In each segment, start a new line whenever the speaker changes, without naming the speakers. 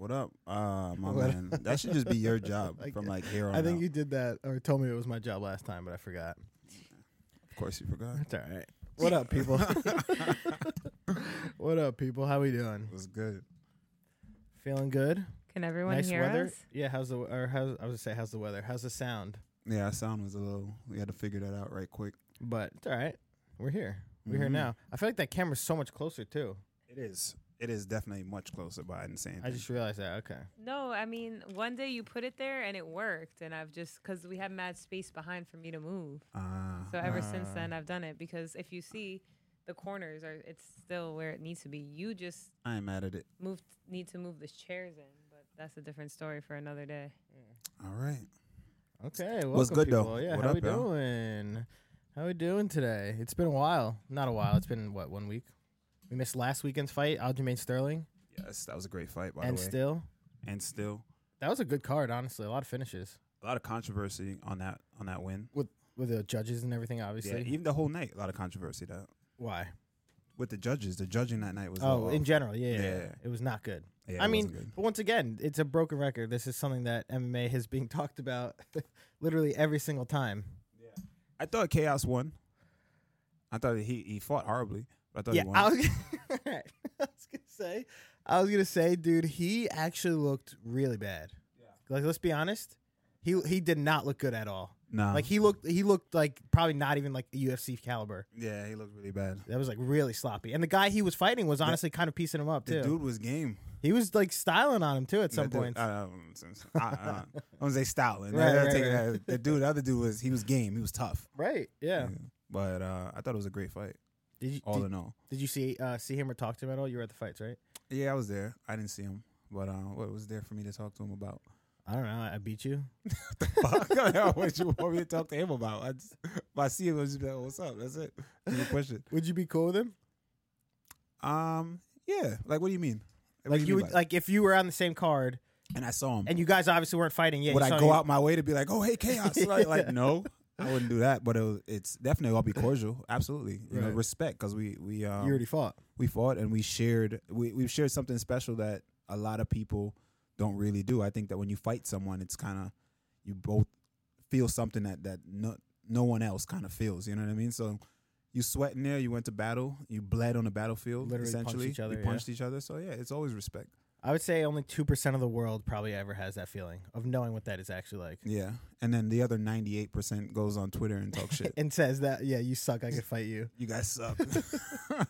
What up? Ah, my
What
man. That should just be your job
Like,
from like here on
I think
out.
you did that or told me it was my job last time, but I forgot.
of course you forgot.
It's all right. What up, people? what up, people? How we doing?
It was good.
Feeling good?
Can everyone
nice
hear
weather.
us?
Yeah. How's the or how's I was gonna say how's the weather? How's the sound?
Yeah, our sound was a little. We had to figure that out right quick.
But it's all right. We're here. We're here
Mhm.
now. I feel like that camera's so much closer too.
It is. It is definitely much closer, but I didn't say anything.
I just realized that. Okay.
No, I mean, one day you put it there and it worked. And I've just, because we have mad space behind for me to move.
Ah,
So ever since
Ah.
then, I've done it because if you see the corners are, it's still where it needs to be. You just
I ain't mad at it.
moved, need to move the chairs in, but that's a different story for another day.
All right.
Okay. Welcome,
What's good, though?
people. Yeah.
What
how
up,
we
y'all?
doing? How we doing today? It's been a while. Not a while. It's been what one week. We missed last weekend's fight, Aljamain Sterling,
Yes, that was a great fight, by
and
the way.
still
and still,
that was a good card. Honestly, a lot of finishes
a lot of controversy on that on that win.
with the judges and everything.
Yeah,
Obviously,
even the whole night, a lot of controversy that
why?
with the judges. The judging that night was. a
Oh,
little
in
off.
general, yeah, yeah,
Yeah,
yeah.
yeah.
it was not good.
Yeah, it
I mean,
wasn't good.
but once again, it's a broken record. This is something that MMA has been talked about literally every single time.
I thought Chaos won. I thought he he fought horribly. But I thought
yeah,
he won.
I was, I was gonna say, I was gonna say, dude, he actually looked really bad. Like, let's be honest, he he did not look good at all.
no,
Like he looked, he looked like probably not even like UFC caliber.
yeah, he looked really bad.
That was like really sloppy. And the guy he was fighting was honestly kind of piecing him up
The
too.
dude uh, was game.
he was like styling on him too at some
That dude-
points.
I, don't- since- I, I, don't- I don't say styling.
Right,
I gotta
right,
take it
right.
out. The dude, the other dude was he was game. He was tough.
right? Yeah.
But uh, I thought it was a great fight,
Did you
all
did,
in all.
Did you see uh, see him or talk to him at all? You were at the fights, right?
Yeah, I was there. I didn't see him, but uh, what was there for me to talk to him about?
I don't know. I beat you.
Fuck, what you want me to talk to him about? I just, if I see him, I just be like, "What's up?" That's it. No question.
Would you be cool with him?
Um, yeah. Like, what do you mean? What
Like
do
you,
mean
would
by-
like if you were on the same card
and I saw him.
and you guys obviously weren't fighting yet.
would
you
I
saw
go
him-
out my way to be like, "Oh, hey, chaos"? Like, like, no, I wouldn't do that. But it was, it's definitely I'll be cordial, absolutely. You know,
Right.
respect because we we um,
You already fought.
we fought and we shared we we shared something special that a lot of people don't really do. I think that when you fight someone, it's kind of you both feel something that that no no one else kind of feels. You know what I mean? So. You sweat in there. You went to battle. You bled on the battlefield.
Literally punched
essentially,
each other,
we
yeah.
punched each other. So yeah, it's always respect.
I would say only two percent of the world probably ever has that feeling of knowing what that is actually like,
Yeah, and then the other ninety eight percent goes on Twitter and talk shit.
and says that yeah, you suck. I could fight you.
You guys suck.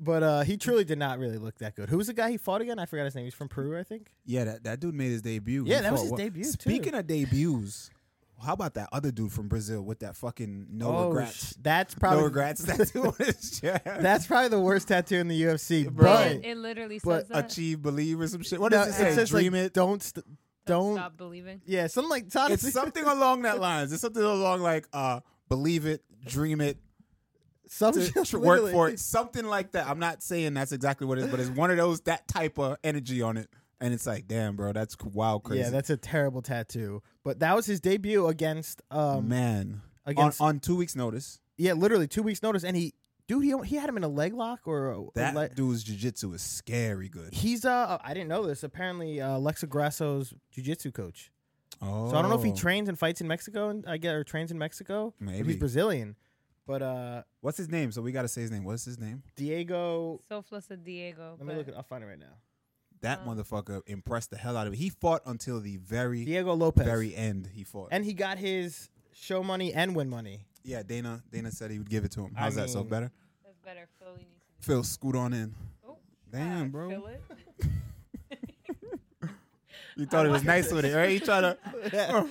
But uh, he truly did not really look that good. Who was the guy he fought again? I forgot his name. He's from Peru, I think.
yeah, that, that dude made his debut.
Yeah, that was
fought
his
well.
debut, too.
Speaking of debuts, how about that other dude from Brazil with that fucking no
Oh, sh-
regrets,
that's probably
no regrets tattoo on his chest?
That's probably the worst tattoo in the UFC,
Bro.
but
It, it literally
but
says that.
achieve, believe, or some shit. What
No,
does it, say?
says
Dream
like,
it.
Don't st-
Don't
don't.
stop believing.
Yeah, something like it's honestly,
It's something along that lines. It's something along like uh, believe it, dream it,
some
to
shit,
tr- work
Oh, literally.
for it, something like that. I'm not saying that's exactly what it is, but it's one of those that type of energy on it. And it's like, damn, bro, that's wild, crazy.
Yeah, that's a terrible tattoo. But that was his debut against um
man.
against
on, on two weeks' notice.
yeah, literally two weeks notice, and he dude he he had him in a leg lock or a,
That
a le-
dude's jujitsu is scary good.
he's uh I didn't know this apparently uh, Alexa Grasso's jujitsu coach.
Oh,
So I don't know if he trains and fights in Mexico and I get or trains in Mexico. but
Maybe.
he's Brazilian, but uh
What's his name? So we gotta say his name. What's his name?
Diego.
Soflas de Diego.
Let me look it. I'll find it right now.
That
Um,
motherfucker impressed the hell out of me. He fought until the very,
Diego Lopez.
very end. He fought.
and he got his show money and win money.
yeah, Dana. Dana said he would give it to him.
I
How's that? So
mean-
better.
That's better. Phil, you need to do
Phil, scoot on in.
Oh,
Damn,
that.
bro.
Feel it?
You thought it was nice with it, right? He tried to.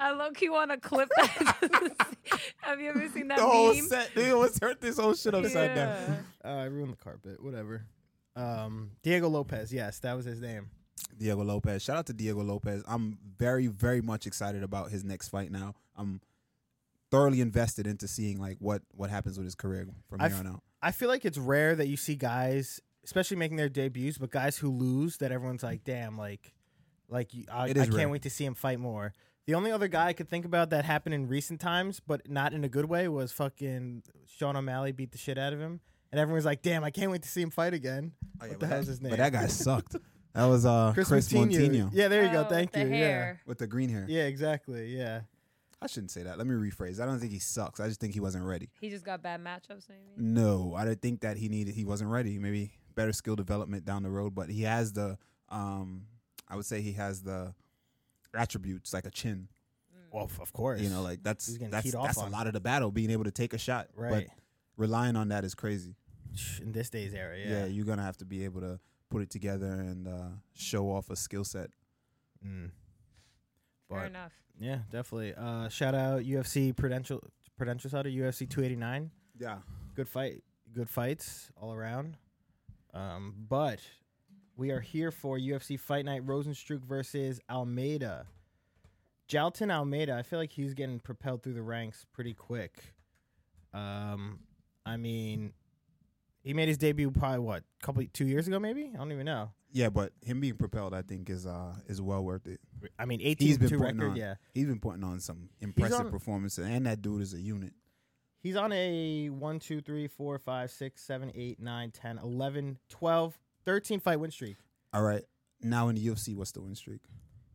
I low key want to clip that. Have you ever seen that
the whole
meme?
set. He always hurt this whole shit upside down.
Yeah.
Uh, I ruined the carpet. Whatever. Um, Diego Lopez. Yes, that was his name.
Diego Lopez. Shout out to Diego Lopez. I'm very, very much excited about his next fight now. I'm thoroughly invested into seeing like what what happens with his career from
I've-
here on out.
I feel like it's rare that you see guys, especially making their debuts, but guys who lose that everyone's like, damn, like, like you- I, I
It is
can't
rare.
wait to see him fight more. The only other guy I could think about that happened in recent times, but not in a good way, was fucking Sean O'Malley beat the shit out of him, and everyone's like, damn, I can't wait to see him fight again. what the
but
hell's
Oh, that-
his name?
But that guy sucked. That was uh,
Chris,
Chris,
Moutinho.
Montino
Yeah, there you go.
Oh,
Thank
the
you.
Hair.
with the green hair.
Yeah. Yeah, exactly. Yeah.
I shouldn't say that. Let me rephrase. I don't think he sucks. I just think he wasn't ready.
He just got bad matchups, maybe.
Mm,
No, I don't think that he needed. He wasn't ready. Maybe better skill development down the road, but he has the. um I would say he has the attributes like a chin.
Well, of- of course.
You know, like that's
He's getting
that's
teed off
that's a
on.
lot of the battle being able to take a shot. But
right.
relying on that is crazy.
in this day's era,
Yeah,
yeah.
you're gonna have to be able to put it together and uh, show off a skill set.
Mm.
Fair
But-
enough.
Yeah, definitely. Uh, shout out UFC Prudential Prudential Sutter, UFC 289.
Yeah,
Good fight, good fights all around. Um, but we are here for UFC Fight Night Rosenstruck versus Almeida. Jalton Almeida, I feel like he's getting propelled through the ranks pretty quick. Um, I mean, he made his debut probably what, couple two years ago, maybe? I don't even know.
yeah, but him being propelled, I think, is uh is well worth it.
I mean,
He's
18
been
to
putting
record,
on.
yeah.
He's been putting on some impressive
on-
performances, and that dude is a unit.
He's on a 1, 2, 3, 4, 5, 6, 7, 8, 9, 10, 11, 12, 13 fight win streak.
All right, now in the UFC, what's the win streak?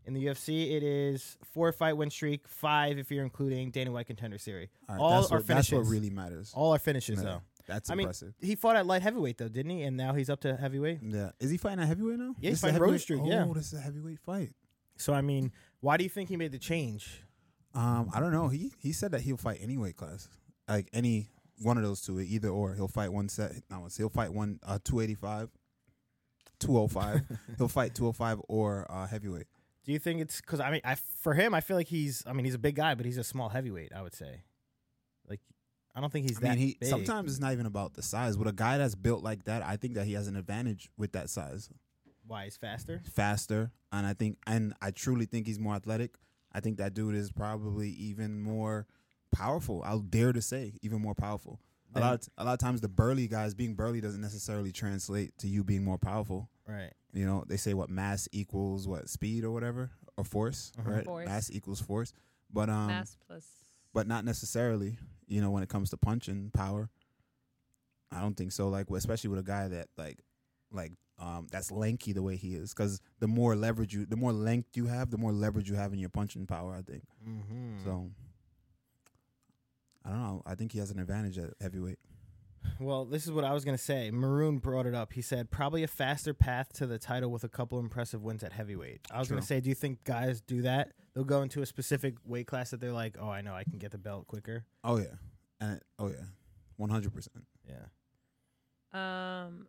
In the UFC, it is four fight win streak, five if you're including Dana White Contender Series.
All right,
All
that's
are
what, that's what
finishes.
really matters.
All are finishes,
Yeah,
though.
That's
I mean-
impressive.
He fought at light heavyweight, though, didn't he? And now he's up to heavyweight.
yeah, is he fighting a heavyweight now?
Yeah, he's
This is a
fighting
heavyweight-
Rosenstruck, yeah.
oh, this is a heavyweight fight.
So, I mean, why do you think he made the change?
Um, I don't know. He he said that he'll fight any weight class, like any one of those two, either or. He'll fight one set. Not one. He'll fight one uh, two eighty five, two oh five. he'll fight two oh five or uh, heavyweight.
Do you think it's because, I mean, I, for him, I feel like he's, I mean, he's a big guy, but he's a small heavyweight, I would say. Like, I don't think he's
I
that
mean, he
big.
sometimes it's not even about the size. With a guy that's built like that, I think that he has an advantage with that size.
Why? He's faster?
faster, and I think, and I truly think he's more athletic. I think that dude is probably even more powerful. I'll dare to say, even more powerful. A lot, of, a lot of times, the burly guys being burly doesn't necessarily translate to you being more powerful.
Right.
You know, they say what mass equals what speed or whatever or force,
Uh-huh.
right?
Force.
Mass equals force, but um,
Mass plus.
but not necessarily. You know, when it comes to punching power, I don't think so. Like, especially with a guy that like, like, um, that's lanky the way he is. Because the more leverage you, the more length you have, the more leverage you have in your punching power. I think
Mm-hmm.
so. I don't know. I think he has an advantage at heavyweight.
Well, this is what I was going to say. Maroon brought it up. He said probably a faster path to the title with a couple impressive wins at heavyweight. I was going to
True.
say, do you think guys do that? They'll go into a specific weight class that they're like, oh, I know I can get the belt quicker.
Oh yeah, and oh yeah, one hundred percent.
Yeah.
Um,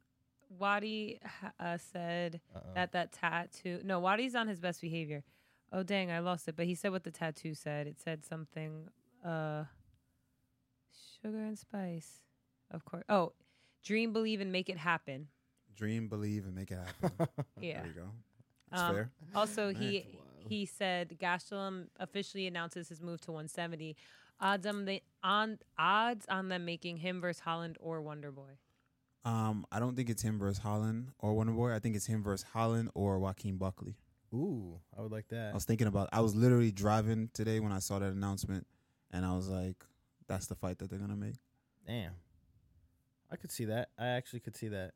Wadi ha- uh, said
Uh-oh.
that that tattoo. No, Wadi's on his best behavior. Oh dang, I lost it. But he said what the tattoo said. It said something. Uh, sugar and spice, of course. Oh, dream, believe, and make it happen.
Dream, believe, and make it happen.
Yeah.
There you go. That's
Um,
fair.
Also,
Man,
he
it's wild.
he said Gastelum officially announces his move to 170. Odds on the on odds on them making him versus Holland or Wonder Boy.
Um, I don't think it's him versus Holland or Wonder Boy. I think it's him versus Holland or Joaquin Buckley.
Ooh, I would like
I
that.
was thinking about. I was literally driving today when I saw that announcement, and I was like, "That's the fight that they're gonna make."
Damn. I could see that. I actually could see that.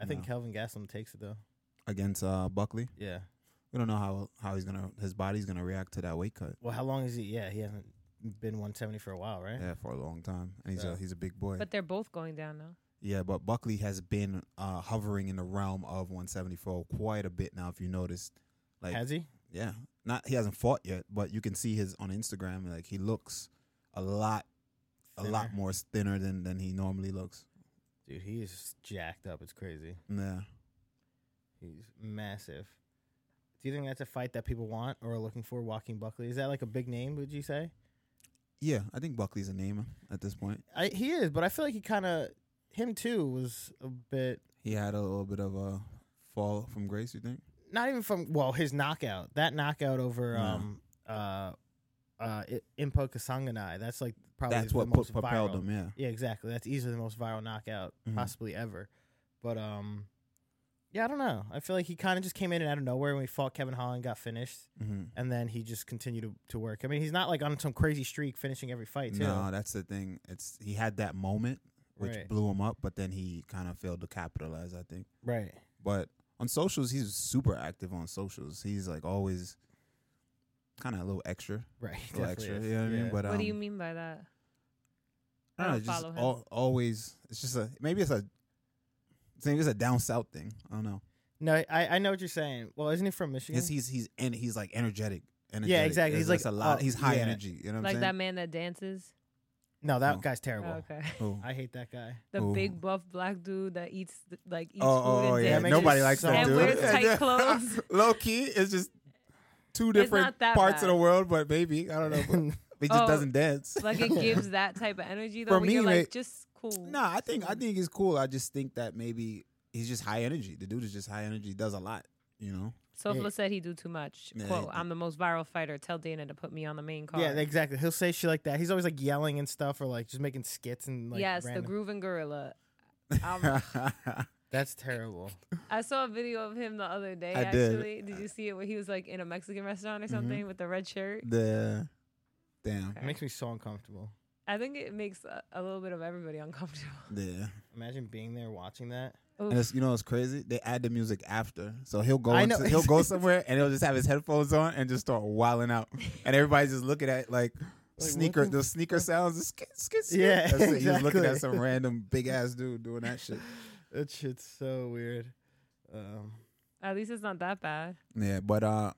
I think
Yeah.
Kelvin Gaslam takes it, though.
against uh, Buckley.
Yeah.
We don't know how how he's gonna his body's gonna react to that weight cut.
Well, how long is he? Yeah, he hasn't been 170 for a while, right?
Yeah, for a long time, and he's
So-
a he's a big boy.
But they're both going down now.
yeah, but Buckley has been uh, hovering in the realm of 174 quite a bit now. If you noticed, like
Has he?
yeah, not he hasn't fought yet, but you can see his on Instagram. Like he looks a lot a lot
Thinner.
more thinner than than he normally looks.
Dude, he is jacked up. It's crazy.
Yeah.
He's massive. Do you think that's a fight that people want or are looking for? Walking Buckley is that like a big name? Would you say?
Yeah, I think Buckley's a name at this point.
I, he is, but I feel like he kind of him too was a bit
He had a little bit of a fall from grace. You think?
not even from well his knockout that knockout over
No.
um uh uh I- Impo Kasanganai. That's like probably
That's
the
what
most
put, propelled
viral.
him. Yeah.
Yeah, exactly. That's easily the most viral knockout
Mhm.
possibly ever. But um, yeah, I don't know. I feel like he kind of just came in and out of nowhere when he fought Kevin Holland, got finished.
Mm-hmm.
and then he just continued to, to work. I mean, he's not like on some crazy streak finishing every fight, too.
No, that's the thing. It's he had that moment which
Right.
blew him up, but then he kind of failed to capitalize. I think.
Right.
But on socials, he's super active on socials. He's like always kind of a little extra,
Right.
a little extra.
definitely is.
You know what I mean?
Yeah.
But um,
what do you mean by that?
I don't know, just
follow him.
al- always. It's just a maybe it's a it's maybe it's a down south thing. I don't know.
no, I, I know what you're saying. Well, isn't he from Michigan?
Because he's he's and he's like energetic. energetic.
exactly.
It's-
He's
it's
like,
a lot.
oh,
he's high
yeah.
energy. You know what
Like
I'm
that
saying?
man that dances?
no, that
No.
guy's
Oh,
terrible.
okay.
Who?
I hate that guy.
The
Ooh.
big buff black dude that eats th- like eats
Oh, oh,
food
oh,
and
yeah.
Yeah, it
dances.
makes you
Nobody likes
so-
that
And
dude.
wears tight clothes.
Low key, it's just two different
not that
parts
bad.
of the world, but maybe I don't know. But he just
Oh.
doesn't dance.
Like it gives that type of energy though.
For
where
me,
you're
mate-
like just cool.
Nah, I think I think he's cool. I just think that maybe he's just high energy. The dude is just high energy. Does a lot. You know.
Sofla
Yeah.
said he do too much.
Yeah, he
Quote,
do.
I'm the most viral fighter. Tell Dana to put me on the main card.
Yeah, exactly. He'll say shit like that. He's always like yelling and stuff, or like just making skits and like.
yes,
random-
the grooving gorilla. Um,
That's terrible.
I saw a video of him the other day.
I did. Mm-hmm.
actually, did. you see it? Where he was like in a Mexican restaurant or something with the red shirt.
the damn.
It makes me so uncomfortable.
I think it makes a, a little bit of everybody uncomfortable.
Yeah.
Imagine being there watching that.
And it's, you know what's crazy? They add the music after, so he'll go
I
into,
know.
he'll go somewhere and he'll just have his headphones on and just start wilding out, and everybody's just looking at like,
what
sneaker
the
those sneaker sounds. just Skit, skit, skit.
Yeah,
That's it. He was looking at
exactly.
some random big ass dude doing that shit.
That shit's so weird. Um,
At least it's not that bad.
Yeah, but uh,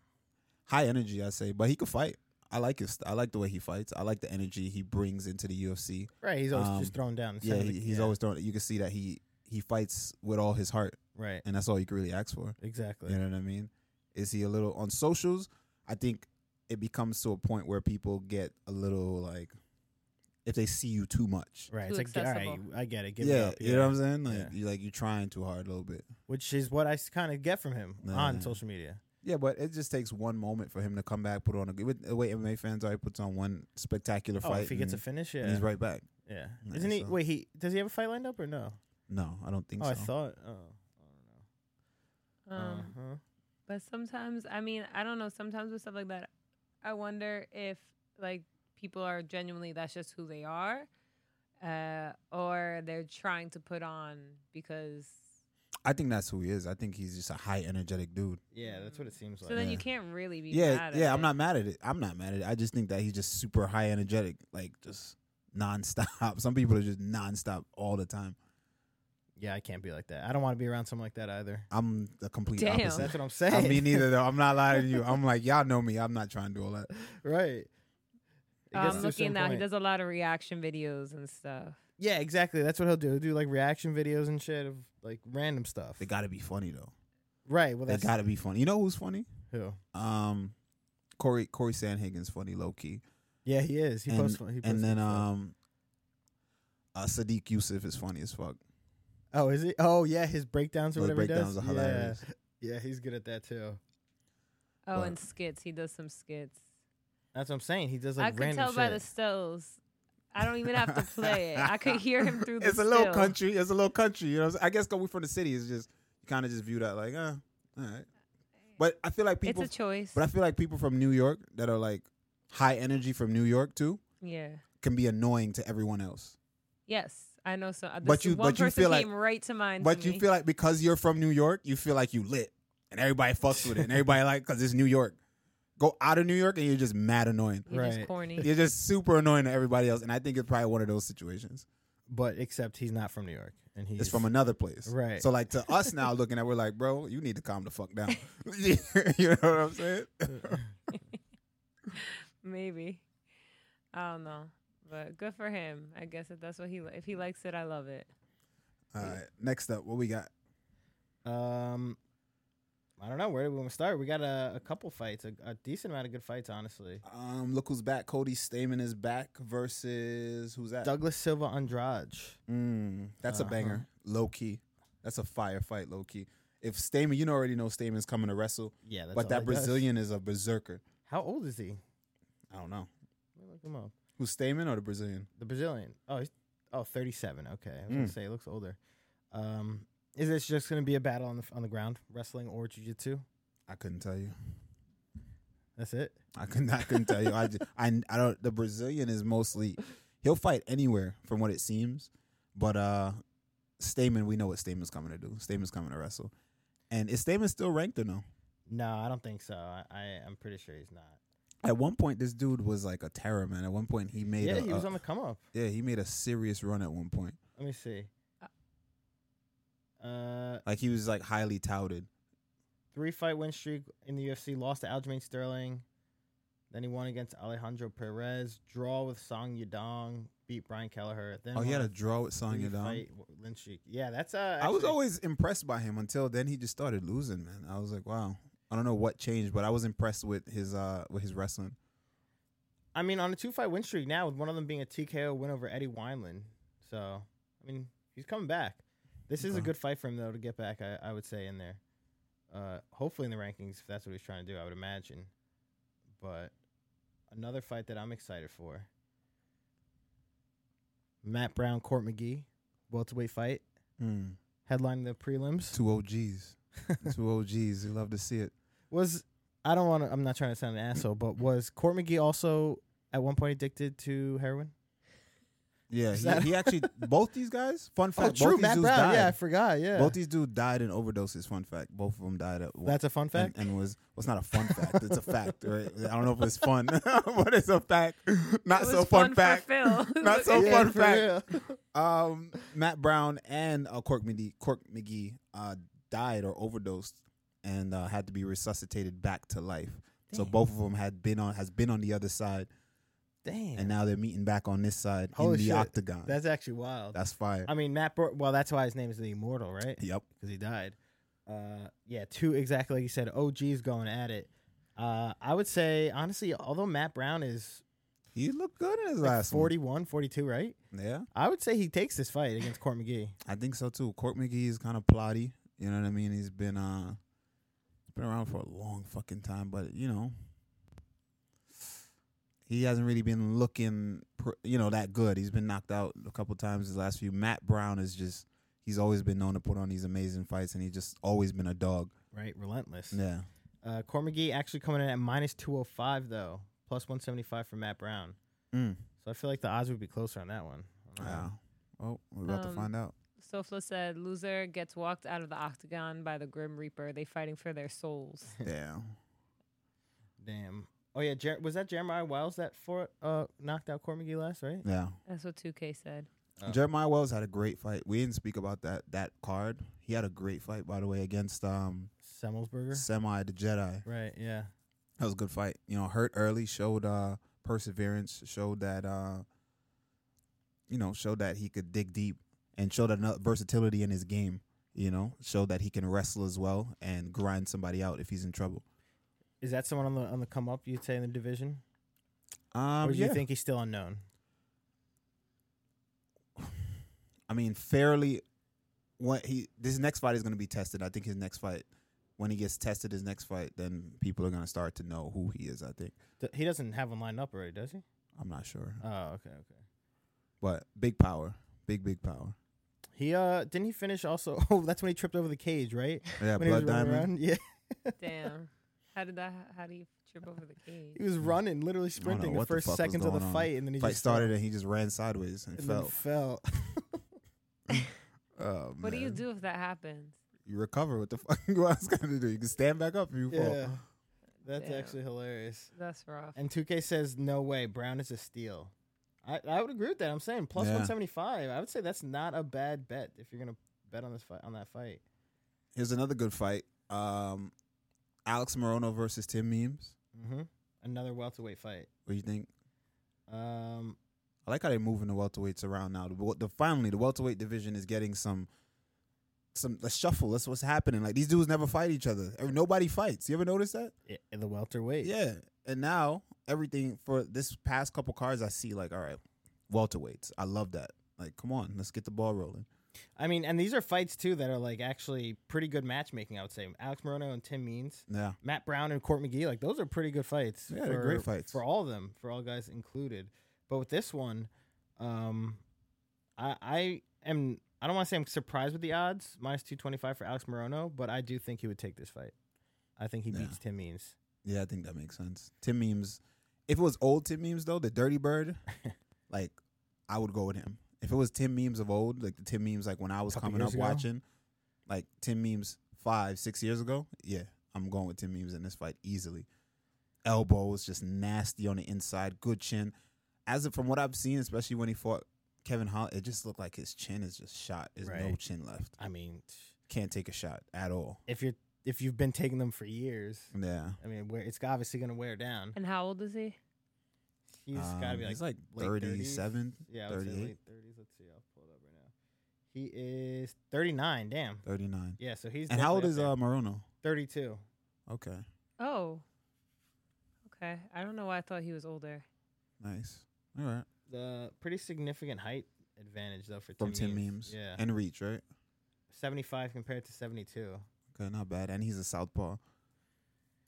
high energy, I say. But he could fight. I like his. I like the way he fights. I like the energy he brings into the UFC.
right, he's always
Um,
just thrown down. instead
Yeah,
of,
he,
like,
he's always throwing. You can see that he he fights with all his heart,
right.
and that's all you can really ask for.
Exactly.
You know what I mean? Is he a little on socials? I think it becomes to a point where people get a little like if they see you too much.
Right.
Too
It's like, all right,
accessible.
I get it. Give
yeah,
it up.
you know what I'm saying? Like
Yeah.
you like you trying too hard a little bit.
Which is what I kind of get from him
Yeah.
on social media.
Yeah, but it just takes one moment for him to come back, put on a good. The way MMA fans are, he puts on one spectacular
Oh,
fight.
if he gets a
and,
finish,
and
yeah.
he's right back.
Yeah.
Yeah,
Isn't he?
so-
Wait, he does he have a fight lined up or no?
No, I don't think
Oh,
so.
I thought. Oh, I
Um,
Oh.
don't know. uh-huh.
But sometimes, I mean, I don't know. Sometimes with stuff like that, I wonder if like people are genuinely that's just who they are, uh, or they're trying to put on because.
I think that's who he is. I think he's just a high energetic dude.
Yeah, that's what it seems like.
So then
Yeah.
you can't really be
yeah,
mad at
yeah. I'm
it.
not mad at it. I'm not mad at it. I just think that he's just super high energetic, like just nonstop. Some people are just nonstop all the time.
Uh, yeah, I can't be like that. I don't want to be around someone like that either.
I'm the complete
Damn.
opposite.
That's what I'm saying.
I mean, neither though. I'm not lying to you. I'm like y'all know me. I'm not trying to do all that.
right. It gets
I'm
to a certain
Um, looking now. He
point.
does a lot of reaction videos and stuff.
Yeah, exactly. That's what he'll do. He'll do like reaction videos and shit of like random stuff.
They gotta be funny though.
right. Well,
They
that's
gotta be funny. You know who's funny?
who.
Um, Corey Corey Sandhagen's funny, low key.
Yeah, he is. He
and,
posts. He posts
and then
good stuff.
um, uh, Sadiq Yusuf is funny as fuck.
Oh, is he? Oh, yeah, his breakdowns or
Those
whatever
breakdowns
he does.
are hilarious.
Yeah. yeah, he's good at that too.
Oh,
But-
and skits. He does some skits.
That's what I'm saying. He does like
I could
random
tell
shit.
by the stills. I don't even have to play it. I could hear him through the
It's a little
still.
country. It's a little country. You know, what I'm saying? I guess going from the city is just you kind of just view that like, uh, all right. But I feel like people.
it's a choice.
but I feel like people from New York that are like high energy from New York too
yeah.
can be annoying to everyone else.
Yes, I know. So uh, this
But you-
one
but you
person
feel like-
came right to mind.
But
to
you
me.
feel like because you're from New York, you feel like you lit, and everybody fucks with it, and everybody like because it's New York. Go out of New York and you're just mad annoying.
you're just
Right.
corny.
You're just super annoying to everybody else, and I think it's probably one of those situations.
but except he's not from New York, and he's
It's from another place,
Right.
So like to us now, looking at, it, we're like, bro, you need to calm the fuck down. you know what I'm saying?
Maybe. I don't know. But good for him. I guess if that's what he li- if he likes it, I love it.
All right. Next up, what we got?
Um, I don't know where do we want to start. We got a, a couple fights, a, a decent amount of good fights, honestly.
Um, look who's back. Cody Stamen is back versus who's that?
Douglas Silva Andrade.
Mm, that's a
Uh-huh.
banger. Low key. That's a fire fight, low key. If Stamen, you know already know Stamen's coming to wrestle,
Yeah, that's all
but that
he does.
Brazilian is a berserker.
How old is he?
I don't know.
Let me look him up.
Who's Stamen or the Brazilian?
The Brazilian. Oh, he's oh, 37. Okay, I was gonna
Mm.
say he looks older. Um, is this just gonna be a battle on the on the ground, wrestling or jujitsu?
I couldn't tell you.
That's it.
I couldn't. I couldn't tell you. I, ju- I. I don't. The Brazilian is mostly. He'll fight anywhere, from what it seems. But uh, Stamen, we know what Stamen's coming to do. Stamen's coming to wrestle, And is Stamen still ranked or no?
No, I don't think so. I, I I'm pretty sure he's not.
At one point, this dude was like a terror man. At one point, he made
Yeah,
a,
he was
a-
on the come up.
yeah he made a serious run. At one point,
Let me see. Uh,
like he was like highly touted.
three fight win streak in the UFC. Lost to Aljamain Sterling. Then he won against Alejandro Perez. Draw with Song Yadong. Beat Brian Kelleher. Then
Oh, he had
won
a draw with Song
three
Yadong.
fight w- win streak. Yeah, that's uh.
I was
actually-
always impressed by him until then he just started losing, man. I was like, wow. I don't know what changed, but I was impressed with his uh with his wrestling.
I mean, on a two fight win streak now, with one of them being a TKO win over Eddie Wineland. So, I mean, he's coming back. This is a
Okay.
good fight for him, though, to get back, I, I would say, in there. Uh, hopefully in the rankings, if that's what he's trying to do, I would imagine. But another fight that I'm excited for Matt Brown, Court McGee, welterweight fight, Hmm.
Mm.
headlining the prelims.
Two OGs. Two OGs. You love to see it.
Was, I don't want to, I'm not trying to sound an asshole, but was Court McGee also at one point addicted to heroin?
Yeah,
Is
he,
that-
he actually both these guys. Fun fact,
Oh, true,
both these
Matt
dudes
Brown.
died.
Yeah, I forgot. Yeah,
Both these dudes died in overdoses. Fun fact, both of them died at
that's a fun fact.
And, and was was not a fun fact. It's a fact, right? I don't know if it's fun, but it's a fact. Not
It
so
was
fun,
for
fact.
Phil.
Not so
Yeah,
fun
for
fact.
real.
um, Matt Brown and uh, Cork McGee, Cork McGee uh, died or overdosed and uh, had to be resuscitated back to life. So
Damn.
both of them had been on has been on the other side,
Damn,
and now they're meeting back on this side
Holy
in the
shit.
octagon. That's,
that's actually wild.
fire.
I mean, Matt. Bro- well, that's why his name is the Immortal, right?
yep.
Because he died. Uh, yeah, two exactly like you said. OG's going at it. Uh, I would say honestly, although Matt Brown is
He looked good in his
like
last
41, 42, right?
one. Yeah,
I would say he takes this fight against Court McGee.
I think so too. Cork McGee is kind of plotty. You know what I mean? He's been uh, been around for a long fucking time, but you know, he hasn't really been looking, pr- you know, that good. He's been knocked out a couple times his last few. Matt Brown is just. He's always been known to put on these amazing fights, and he's just always been a dog.
Right, relentless.
Yeah,
Uh, Court McGee actually coming in at minus two hundred five though, plus one seventy five for Matt Brown.
mm.
So I feel like the odds would be closer on that one. I don't know.
wow. Well, we're about
Um,
to find out.
Sofla said, "Loser gets walked out of the octagon by the Grim Reaper. They fighting for their souls."
Damn.
Damn. Oh yeah, Jer- was that Jeremiah Wiles that for uh knocked out Cormier last, right?
Yeah.
That's what 2K said.
Oh.
Uh, Jeremiah Wells had a great fight. We didn't speak about that that card. He had a great fight, by the way, against um
Semmelsberger.
Semi the Jedi.
right. Yeah.
That was a good fight. You know, hurt early, showed uh perseverance, showed that uh you know, showed that he could dig deep and showed another versatility in his game, you know, showed that he can wrestle as well and grind somebody out if he's in trouble.
Is that someone on the on the come up? You'd say in the division,
Um
or do
yeah.
you think he's still unknown?
I mean, fairly what he this next fight is going to be tested. I think his next fight when he gets tested his next fight, then people are going to start to know who he is, I think.
D- he doesn't have him lined up already, does he?
I'm not sure.
Oh, okay, okay.
But big power. Big big power.
He uh didn't he finish also? Oh, that's when he tripped over the cage, right?
Yeah,
when he
Blood
was running
Diamond.
around. Yeah,
Damn. How did that? How do you trip over the cage?
he was running, literally
know
sprinting the
what the
first
fuck was
seconds of the
going on.
fight, and then he
fight
just
started and he just ran sideways
fell,
and,
and then
fell.
fell.
Oh,
What do you
man.
do if that happens?
You recover. What the fuck you else gonna do? You can stand back up if you
yeah,
fall.
that's
Damn.
actually hilarious.
That's rough.
And 2K says, no way, Brown is a steal. I, I would agree with that. I'm saying plus
Yeah.
175. I would say that's not a bad bet if you're gonna bet on this fight on that fight.
Here's another good fight. Um, Alex Morono versus Tim Memes.
Mm-hmm. Another welterweight fight.
What do you think?
Um,
I like how they're moving the welterweights around now. The, wel- the finally the welterweight division is getting some some a shuffle. That's what's happening. Like these dudes never fight each other. Eh, Nobody fights. You ever notice that?
i- the welterweight.
Yeah. And now everything for this past couple cards I see like all right, welterweights. I love that. Like come on, let's get the ball rolling.
I mean, and these are fights too that are like actually pretty good matchmaking. I would say Alex Morono and Tim Means,
Yeah.
Matt Brown and Court McGee. Like those are pretty good fights.
Yeah, they're great fights.
for all of them, for all guys included. But with this one, um, I I am I don't want to say I'm surprised with the odds minus two twenty five for Alex Morono, but I do think he would take this fight. I think he
Yeah.
beats Tim Means.
Yeah, I think that makes sense. Tim Memes. If it was old Tim Memes though, the Dirty Bird, like I would go with him. If it was Tim Memes of old, like the Tim Memes like when I was
Couple
coming up
years ago?
watching, like Tim Memes five, six years ago, yeah, I'm going with Tim Means in this fight easily. Elbows just nasty on the inside, good chin. As of, from what I've seen, especially when he fought Kevin Holland, it just looked like his chin is just shot. There's no
Right.
chin left.
I mean,
Can't take a shot at all.
if you're if you've been taking them for years,
Yeah,
I mean, where it's obviously gonna wear down.
And how old is he?
He's gotta
Um,
be like,
he's like
late
37,
yeah, I would say
38.
late thirties. Let's see, I'll pull it up right now. He is thirty nine. Damn.
39.
Yeah, so he's
And how old
definitely
is
up
uh, Morono?
there. 32.
Okay,
Oh. Okay. I don't know why I thought he was older.
nice. All right.
The pretty significant height advantage though for
From
Tim,
Tim Memes.
Yeah,
And reach, right?
75 compared to 72.
Okay, not bad. And he's a southpaw.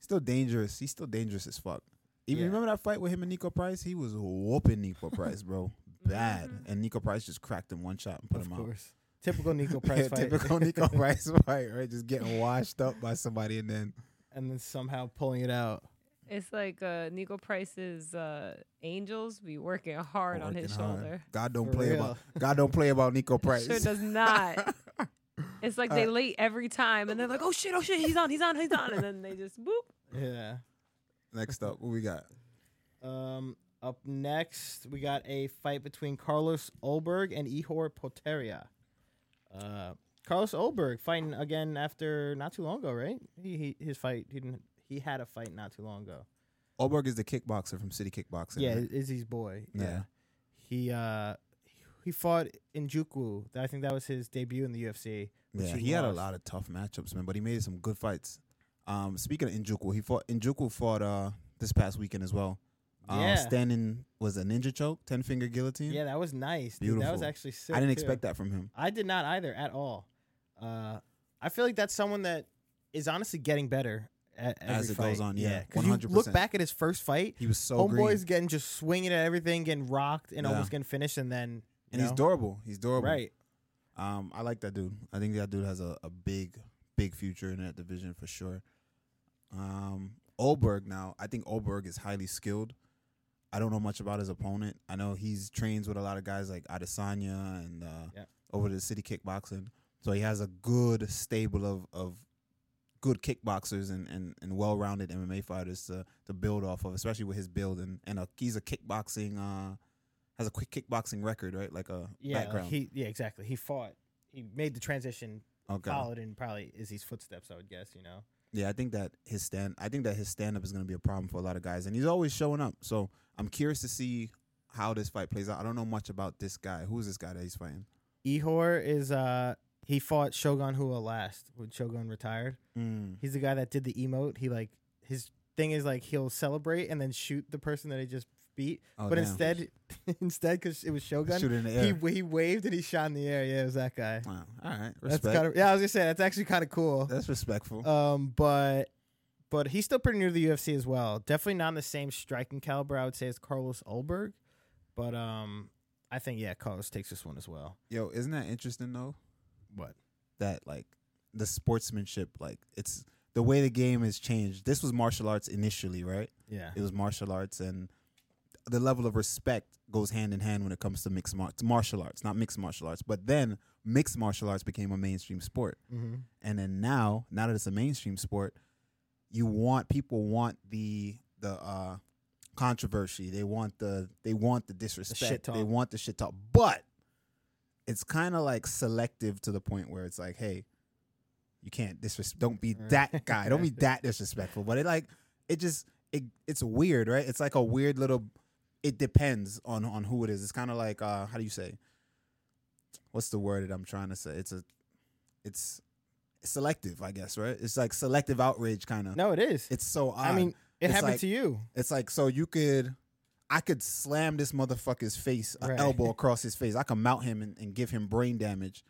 Still dangerous. He's still dangerous as fuck. Even
Yeah.
remember that fight with him and Nico Price? He was whooping Nico Price, bro. Bad.
Mhm.
And Nico Price just cracked him one shot and put
Mm-hmm. of
him out.
course. Typical Nico Price fight.
Typical Nico Price fight, right? Just getting washed up by somebody and then
and then somehow pulling it out.
It's like uh, Nico Price's uh, angels be working hard on his
working hard.
shoulder.
God don't
For
play
real.
about God don't play about Nico Price. Uh,
Sure does not. It's like they late every time, and they're like, "Oh shit! Oh shit! He's on! He's on! He's on!" And then they just boop.
Yeah.
Next up, what we got?
Um, up next, we got a fight between Carlos Olberg and Ihor Poteria. Uh, Carlos Olberg fighting again after not too long ago, right? He, he his fight he didn't he had a fight not too long ago.
Olberg is the kickboxer from City Kickboxing.
Yeah,
right?
Izzy's boy.
Yeah.
He uh he fought in Juku. I think that was his debut in the UFC. which
Yeah, he had a
lost.
lot of tough matchups, man, but he made some good fights. Um, speaking of Injuku, he fought Injuku fought uh this past weekend as well. Uh,
Yeah.
standing was a ninja choke, ten finger guillotine.
Yeah, that was nice. dude. That was
Beautiful.
actually sick.
I didn't
too.
expect that from him.
I did not either at all. Uh, I feel like that's someone that is honestly getting better at every
As it
fight.
goes on, yeah,
'cause you look
100%.
back at his first fight,
He was so green,
homeboy's getting just swinging at everything, getting rocked, and
Yeah.
almost getting finished, and then
and he's
doing
durable. He's durable.
right.
Um, I like that dude. I think that dude has a, a big, big future in that division for sure. Um, Olberg now, I think Olberg is highly skilled. I don't know much about his opponent. I know he's trains with a lot of guys like Adesanya and uh,
Yeah.
over to City Kickboxing. So he has a good stable of, of good kickboxers and, and, and well rounded MMA fighters to, to build off of, especially with his build and, and a, he's a kickboxing uh, has a quick kickboxing record, right? Like a
Yeah, like
background.
he yeah exactly. He fought. He made the transition,
okay.
followed in probably Izzy's footsteps. I would guess. You know.
Yeah, I think that his stand I think that his stand up is gonna be a problem for a lot of guys. And he's always showing up. So I'm curious to see how this fight plays out. I don't know much about this guy. Who is this guy that he's fighting?
Ihor is uh he fought Shogun Hua last when Shogun retired.
Mm.
He's the guy that did the emote. He like his thing is like he'll celebrate and then shoot the person that he just beat.
Oh,
but
damn.
instead, instead because it was Shogun,
shoot in the
he
air.
he waved and he shot in the air. Yeah, it was that guy.
Wow. All right.
That's
Respect. That's,
kind of yeah. I was gonna say that's actually kind of cool.
respectful.
Um, but but he's still pretty new to the UFC as well. Definitely not in the same striking caliber I would say as Carlos Olberg, but um, I think yeah, Carlos takes this one as well.
Yo, isn't that interesting though?
What?
That like the sportsmanship, like it's the way the game has changed. This was martial arts initially, right?
Yeah.
It was martial arts and the level of respect goes hand in hand when it comes to mixed mar- martial arts, not mixed martial arts. But then mixed martial arts became a mainstream sport.
Mm-hmm.
and then now now that it's a mainstream sport you want people want the the uh controversy they want the they want the disrespect they
talk.
want the shit talk but it's kind of like selective to the point where it's like hey you can't disrespect don't be that guy don't be that disrespectful but it like it just it it's weird right it's like a weird little it depends on on who it is it's kind of like uh how do you say what's the word that i'm trying to say it's a it's selective i guess right it's like selective outrage kind of
No, it is.
it's so odd.
I mean, it
it's
happened
like-
to you.
it's like so you could, I could slam this motherfucker's face, an
Right.
elbow across his face. I could mount him and, and give him brain damage.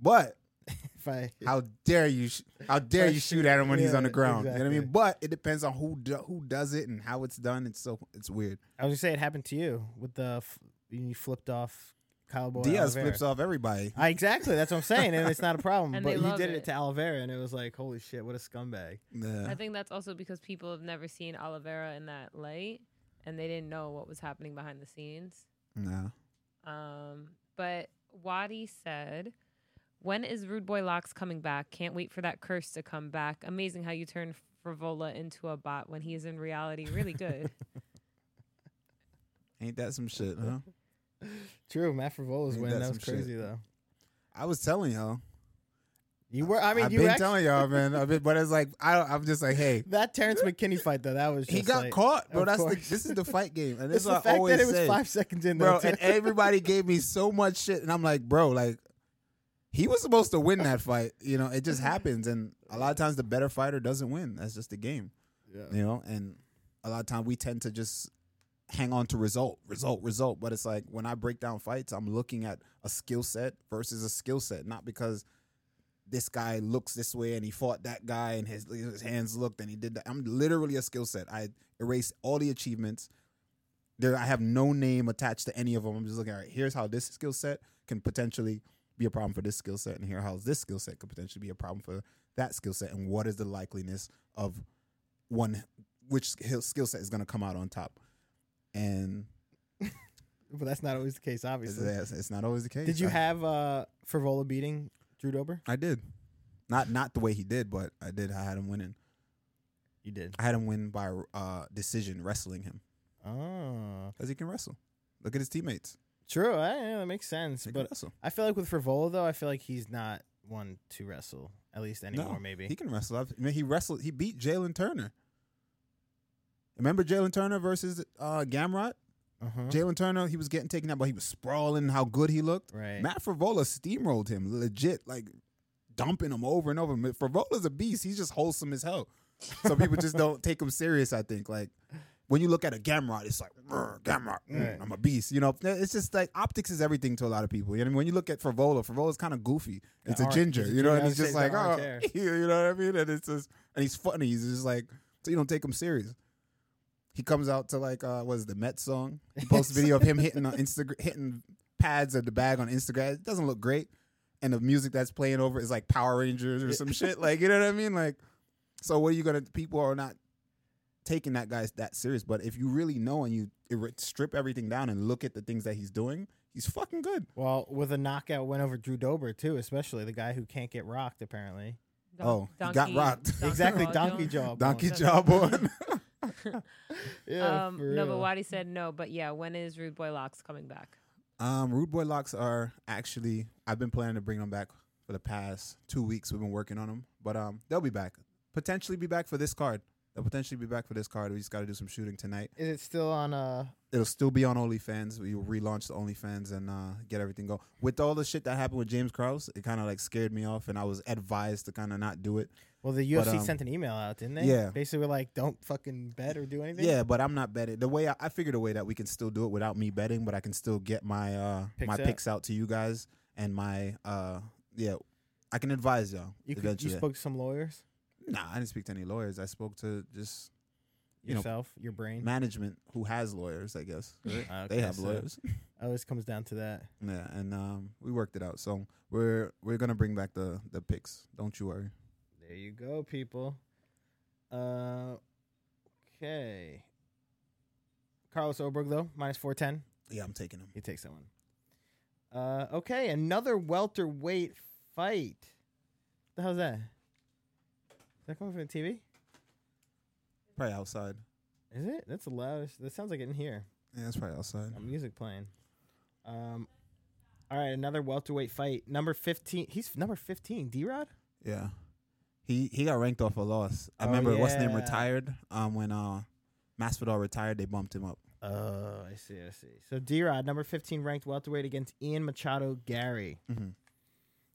But
If I
how dare you? sh- How dare you shoot at him when he's on the
Yeah,
ground? You know what I mean?
exactly.
But it depends on who do, who does it and how it's done. It's so it's weird.
I was gonna say it happened to you with the f- you flipped off Cowboy
Diaz
Oliveira.
flips off everybody.
I, exactly, that's what I'm saying, and it's not a problem.
And
but
they
you
love
did it.
it.
to Oliveira, and it was like, holy shit, what a scumbag!
Yeah.
I think that's also because people have never seen Oliveira in that light, and they didn't know what was happening behind the scenes.
No.
Um, but Wadi said, When is Rude Boy Locks coming back? Can't wait for that curse to come back. Amazing how you turn Frivola into a bot when he is in reality really good.
Ain't that some shit, huh?
True, Matt Favola's
Ain't
winning.
that
That was
some shit?
crazy though.
I was telling y'all.
You were. I mean,
have
you
been
actually,
telling y'all, man. I've been, but it's like I, I'm just like, hey,
that Terrence McKinney fight though. That was just
he got
like,
caught, bro.
of
That's the,
course.
this is the fight game, and this
It's
is what
the
I
fact
always
that it was
say,
five seconds in,
bro.
though,
And
too.
everybody gave me so much shit, and I'm like, bro, like he was supposed to win that fight. You know, it just happens, and a lot of times the better fighter doesn't win. That's just the game.
Yeah.
you know and a lot of time we tend to just hang on to result result result but it's like when i break down fights i'm looking at a skill set versus a skill set not because this guy looks this way and he fought that guy and his, his hands looked and he did that i'm literally a skill set i erase all the achievements there i have no name attached to any of them i'm just looking all right here's how this skill set can potentially be a problem for this skill set and here how this skill set could potentially be a problem for that skill set and what is the likeliness of one which skill skill set is going to come out on top and
But that's not always the case,
it's,
obviously.
it's it's not always the case
Did you
I,
have uh, Favola beating Drew Dober?
i did not not the way he did but i did i had him winning
You did.
i had him win by uh decision wrestling him
Oh,
because he can wrestle look at his teammates
true. I, yeah, that makes sense.
they can
But
wrestle
I feel like with Frivola though, I feel like he's not one to wrestle at least anymore. maybe
he can wrestle I've- I mean, he wrestled he beat jalen turner remember jalen turner versus uh gamrot
uh-huh.
jalen turner he was getting taken out but he was sprawling how good he looked
right.
Matt Favola steamrolled him legit, like dumping him over and over. Ma- Favola's a beast. He's just wholesome as hell. So people just don't take him serious. I think like when you look at a Gamrot, it's like "Rrr, Gamrot. mm,
Right.
I'm a beast. You know, it's just like optics is everything to a lot of people. You know, what I mean? when you look at Favola, Favola's kind of goofy. It's a
orange-
ginger.
it's a
You know,
ginger.
and
I
he's
would
just
say
like
it's an
oh,
orange
you know what I mean. And it's just and he's funny. He's just like so you don't take him serious. He comes out to like uh what is it, the Met song? He posts a video of him hitting on Instagram hitting pads of the bag on Instagram. It doesn't look great. And the music that's playing over is like Power Rangers or some shit. Like, you know what I mean? Like so what are you gonna people are not taking that guy that serious. But if you really know and you er- strip everything down and look at the things that he's doing, he's fucking good.
Well, with a knockout win over Drew Dober too, especially the guy who can't get rocked apparently.
Don-
Oh, he got rocked.
exactly,
Jaw
donkey
Jones.
jaw.
Donkey
that's-
job on.
Yeah, for
um, no, but
real.
Wadi said no. But yeah, when is Rude Boy Locks coming back?
Um, Rude Boy locks are actually I've been planning to bring them back for the past two weeks. We've been working on them, but um, they'll be back. Potentially be back for this card. They'll potentially be back for this card. We just got to do some shooting tonight.
Is it still on uh
It'll still be on OnlyFans. We will relaunch the OnlyFans and uh, get everything going. With all the shit that happened with James Krause, it kind of like scared me off, and I was advised to kind of not do it.
Well, the UFC
um,
sent an email out, didn't they?
yeah.
Basically, we're like, don't fucking bet or do anything.
Yeah, but I'm not betting. The way I, I figured a way that we can still do it without me betting, but I can still get my uh
Picks
my
out.
picks out to you guys and my uh yeah, I can advise y'all.
You, could, you
eventually.
spoke to some lawyers,
Nah, I didn't speak to any lawyers. I spoke to just You know,
yourself, your brain.
management who has lawyers, I guess. right?
Uh,
they have
so
lawyers.
It always comes down to that.
Yeah, and um, we worked it out. So we're we're gonna bring back the the picks. Don't you worry.
There you go, people. Uh, okay. Carlos Oberg though minus four ten.
Yeah, I'm taking them.
He takes that one. Uh, okay, another welterweight fight. The hell's that? Is that coming from the TV?
Probably outside.
Is it? That's the loudest. That sounds like it in here.
Yeah, it's probably outside.
Uh, music playing. Um, all right, another welterweight fight. Number fifteen. He's number fifteen. D Rod.
Yeah. He he got ranked off a loss. I
Oh,
remember what's name
yeah.
retired. Um, when uh, Masvidal retired, they bumped him up.
Oh, I see. I see. So D Rod, number fifteen ranked welterweight against Ian Machado Gary.
Mm-hmm.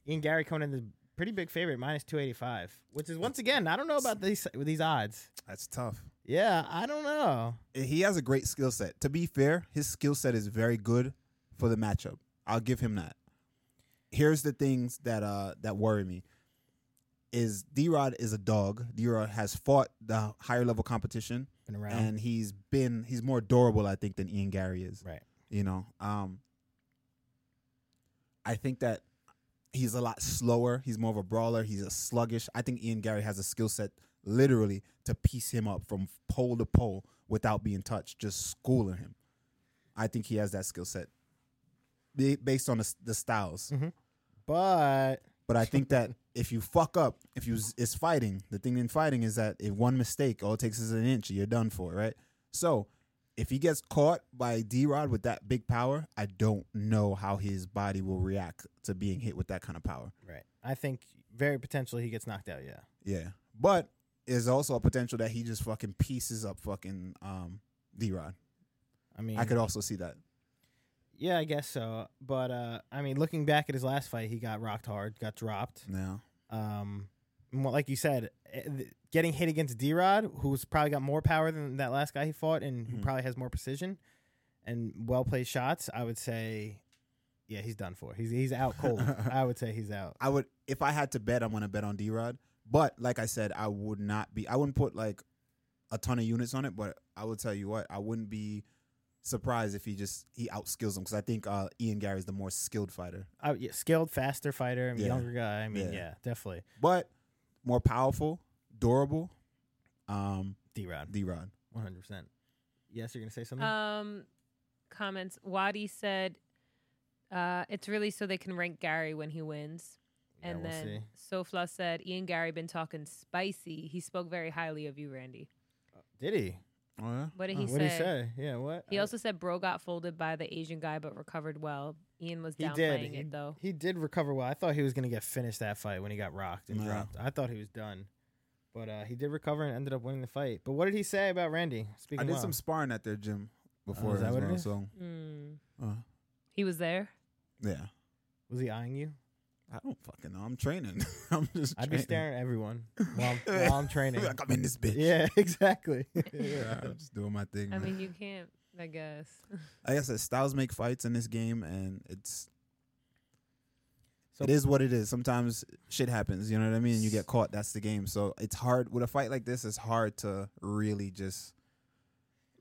Ian Gary coming in as a pretty big favorite, minus two eighty five. Which is once again, I don't know about these with these odds.
That's tough.
Yeah, I don't know.
Eh, He has a great skill set. To be fair, his skill set is very good for the matchup. I'll give him that. Here's the things that uh that worry me. Is D Rod is a dog. D Rod has fought the higher level competition
Been around.
and he's been he's more durable, I think, than Ian Gary is.
Right.
You know. Um I think that he's a lot slower. He's more of a brawler. He's a sluggish. I think Ian Gary has a skill set literally to piece him up from pole to pole without being touched, just schooling him. I think he has that skill set Ba- based on the, s- the styles.
but
But I think that if you fuck up, if you it's fighting, the thing in fighting is that if one mistake, all it takes is an inch, you're done for, right? So if he gets caught by D Rod with that big power, I don't know how his body will react to being hit with that kind of power.
Right. I think very potentially he gets knocked out. Yeah.
Yeah. But there's also a potential that he just fucking pieces up fucking um D Rod.
I mean,
I could also see that.
yeah, I guess so. But uh, I mean, looking back at his last fight, he got rocked hard, got dropped.
Now
Um, and what- like you said, eh, th- getting hit against D Rod, who's probably got more power than that last guy he fought, and who
Mhm.
probably has more precision and well placed shots. I would say, yeah, he's done for. He's he's out cold. I would say he's out.
I would if I had to bet, I'm gonna bet on D Rod. But like I said, I would not be. I wouldn't put like a ton of units on it. But I would tell you what, I wouldn't be surprised if he just he outskills him because I think uh, Ian Gary's the more skilled fighter,
I, yeah, skilled, faster fighter,
Yeah.
younger guy. I mean, yeah,
Yeah.
definitely
but more powerful, durable. Um,
D Rod,
D Rod.
one hundred percent. Yes, you're gonna say something.
Um, comments. Wadi said, uh, "It's really so they can rank Gary when he wins."
Yeah,
and
we'll
then
see.
Sofla said, "Ian Gary been talking spicy. He spoke very highly of you, Randy.
Did he?
Oh yeah.
What did
Oh,
he
what
say?
did he say? Yeah, what?
He
I-
also said Bro got folded by the Asian guy, but recovered well. Ian was
He did.
downplaying
He-
it though.
he did recover well. I thought he was gonna get finished that fight when he got rocked and
No.
dropped. I thought he was done, but uh, he did recover and ended up winning the fight. But what did he say about Randy? Speaking
I did
of, Oh,
some sparring at their gym before
is that
as
what it
well.
is? Uh-huh.
So
Mm.
uh,
He was there.
yeah,
was he eyeing you?
I don't fucking know. I'm training. I'm just.
I'd be
training.
staring at everyone while I'm, while I'm training.
like I'm in this bitch.
yeah, exactly.
Yeah, I'm just doing my thing.
I
man.
Mm.
mean, you can't. I guess.
like I said, styles make fights in this game, and it's
So-
it is what it is. Sometimes shit happens, you know what I mean. You get caught. That's the game. So it's hard with a fight like this. It's hard to really just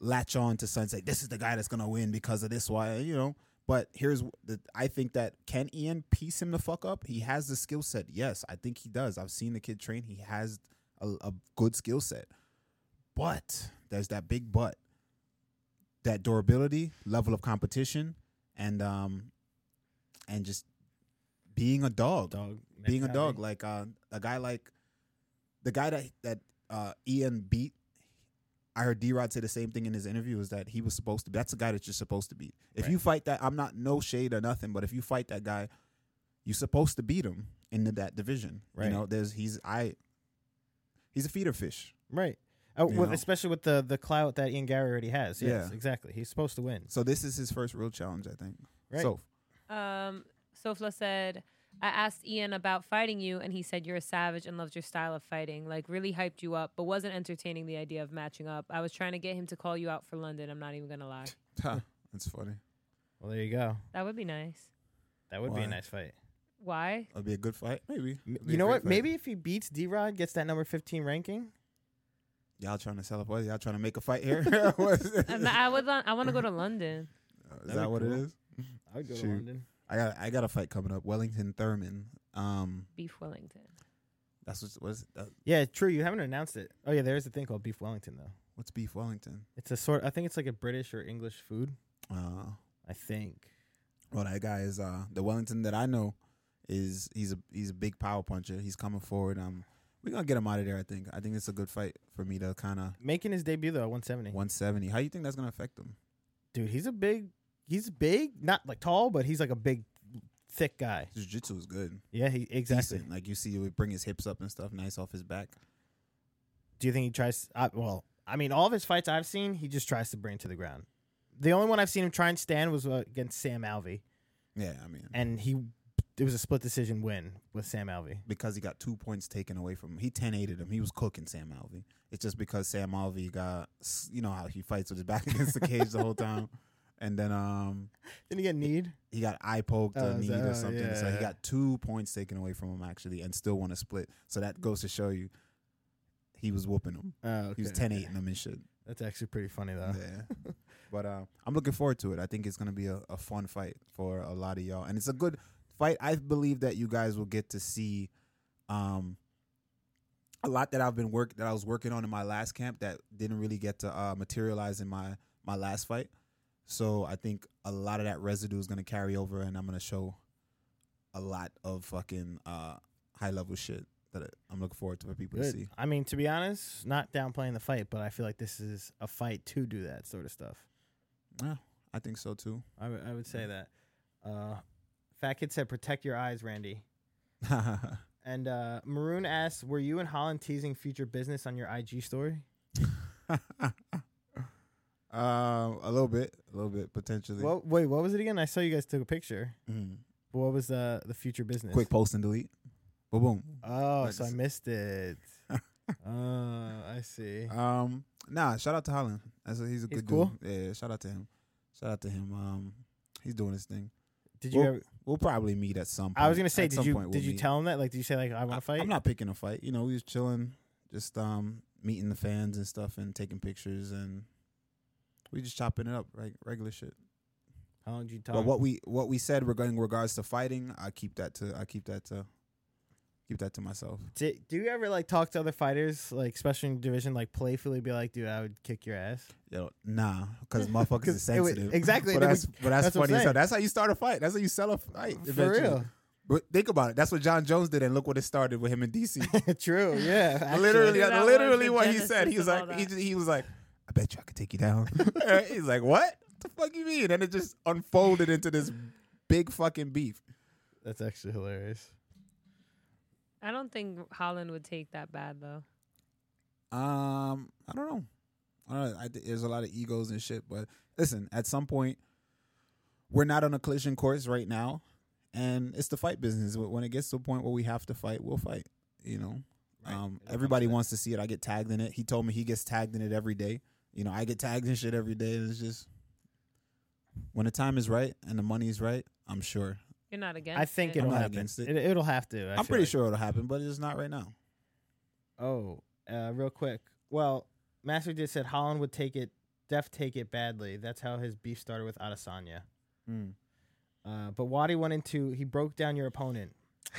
latch on to something. Say this is the guy that's gonna win because of this. Why you know. But here's w- the I think that can Ian piece him the fuck up. He has the skill set. Yes, I think he does. I've seen the kid train. He has a, a good skill set. But there's that big but that durability, level of competition, and um, and just being a dog,
dog.
being a
mentality.
dog. Like uh, a guy like the guy that that uh, Ian beat. I heard D Rod say the same thing in his interview is that he was supposed to. That's a guy that you're supposed to beat. If
Right.
you fight that, I'm not no shade or nothing, but if you fight that guy, you're supposed to beat him in the, that division.
Right.
You know, there's he's I. He's a feeder fish.
right? Oh,
You
with,
know?
especially with the the clout that Ian Gary already has. Yes,
Yeah.
exactly. He's supposed to win.
So this is his first real challenge, I think.
Right.
So
Um, Sofla said, I asked Ian about fighting you, and he said you're a savage and loved your style of fighting. Like, really hyped you up, but wasn't entertaining the idea of matching up. I was trying to get him to call you out for London. I'm not even going to lie.
ha, that's funny.
Well, there you go.
That would be nice.
That would be a
Why?
nice fight.
Why?
It'll be a good fight, maybe.
M-
It'll be
You
a
know
great
what?
fight.
Maybe if he beats D Rod, gets that number fifteen ranking.
y'all trying to sell up. what? Y'all trying to make a fight here? What is it?
I'm not- I, would. lo- I want to go to London.
is that what it
cool.
is?
I would go to
Shoot.
London.
I got I got a fight coming up. Wellington Thurman. Um,
Beef Wellington.
that's what's what's that,
Yeah, true. You haven't announced it. Oh yeah, there is a thing called beef Wellington though.
what's beef Wellington.
It's a sort. I think it's like a British or English food.
Uh,
I think.
well, that guy is uh the Wellington that I know is he's a he's a big power puncher. He's coming forward. Um, we're gonna get him out of there. I think. I think it's a good fight for me to kind of
Making his debut though at 170.
170. How you think that's gonna affect him?
Dude, he's a big. He's big, not like tall, but he's like a big, thick guy.
His jiu-jitsu is good.
Yeah, he exactly.
Decent. Like you see, he would bring his hips up and stuff. Nice off his back.
Do you think he tries? I, well, I mean, all of his fights I've seen, he just tries to bring to the ground. The only one I've seen him try and stand was uh, against Sam Alvey,
Yeah, I mean.
and he it was a split decision win with Sam Alvey.
because he got two points taken away from him. He 10 8 him. He was cooking Sam Alvey. It's just because Sam Alvey got, you know, how he fights with his back against the cage the whole time. And then um,
Didn't he get need?
he got eye poked
Oh,
or
is
kneed
that- oh,
or something. So
yeah.
he got two points taken away from him, actually, and still won a split. So that goes to show you he was whooping him.
Oh,
He was
okay, Uh,
10 8
okay.
him and shit.
That's actually pretty funny though.
Yeah. but uh, I'm looking forward to it. I think it's going to be a, a fun fight for a lot of y'all. And it's a good fight. I believe that you guys will get to see um, a lot that I've been work that I was working on in my last camp that didn't really get to uh, materialize in my my last fight. So I think a lot of that residue is going to carry over and I'm going to show a lot of fucking uh, high level shit that I- I'm looking forward to for people to see.
Good. I mean, to be honest, not downplaying the fight, but I feel like this is a fight to do that sort of stuff.
I think so too.
I would- I would say that. Uh, Fat Kid said, "Protect your eyes, Randy." And uh, Maroon asks, "Were you and Holland teasing future business on your IG story?
um, a little bit, a little bit potentially.
What? Wait, what was it again? I saw you guys took a picture.
Mm.
But what was the the future business?
Quick post and delete. Boom, boom.
Oh,
Like
so I
this-
missed it. Oh, I see.
Um, nah, shout out to Holland. That's a, he's a
He's
good
cool?
dude. Yeah, shout out to him. Shout out to him. Um, he's doing his thing.
Did you?
well,
ever,
We'll probably meet at some. point.
I was gonna say,
At
did
some
you
point
did
we'll
you
meet.
tell him that? Like, did you say like I want to
I-
fight?
I'm not picking a fight. You know, we was chilling, just um meeting the fans and stuff, and taking pictures, and we just chopping it up, like regular shit.
How long did you talk?
But what we what we said regarding regards to fighting, I keep that to I keep that to keep that to myself.
Do, do you ever like talk to other fighters, like especially in division, like playfully be like, "Dude, I would kick your ass."
Yo, nah, because motherfuckers
'Cause
is
it would-
sensitive.
exactly,
but
they
that's but that's,
that's
funny
what I'm
as hell.
saying.
That's how you start a fight. That's how you sell a fight.
For
eventually.
real,
But think about it. That's what John Jones did, and look what it started with him in DC.
true. Yeah, actually.
literally,
That was
literally
the
what he
genesis
said. He was
of all
like, he,
that.
ju- he was like, I bet you I could take you down. He's like, what? the fuck you mean? And it just unfolded into this big fucking beef.
that's actually hilarious.
I don't think Holland would take that bad though.
Um, I don't know. I don't know. I thi- there's a lot of egos and shit, but listen, at some point, we're not on a collision course right now, and it's the fight business. Wh- When it gets to a point where we have to fight, we'll fight. You know, um, everybody wants to see it. I get tagged in it. He told me he gets tagged in it every day. You know, I get tagged in shit every day. And it's just when the time is right and the money is right, I'm sure.
You're not against.
I think
it.
it'll
not
happen.
against it.
It, will have to.
I
I
am
feel
pretty
like.
sure it'll happen, but it's not right now.
Oh, uh, real quick. Well, Master just said Holland would take it, Def take it badly. That's how his beef started with Adesanya. Hmm. Uh, but Wadi went into he broke down your opponent.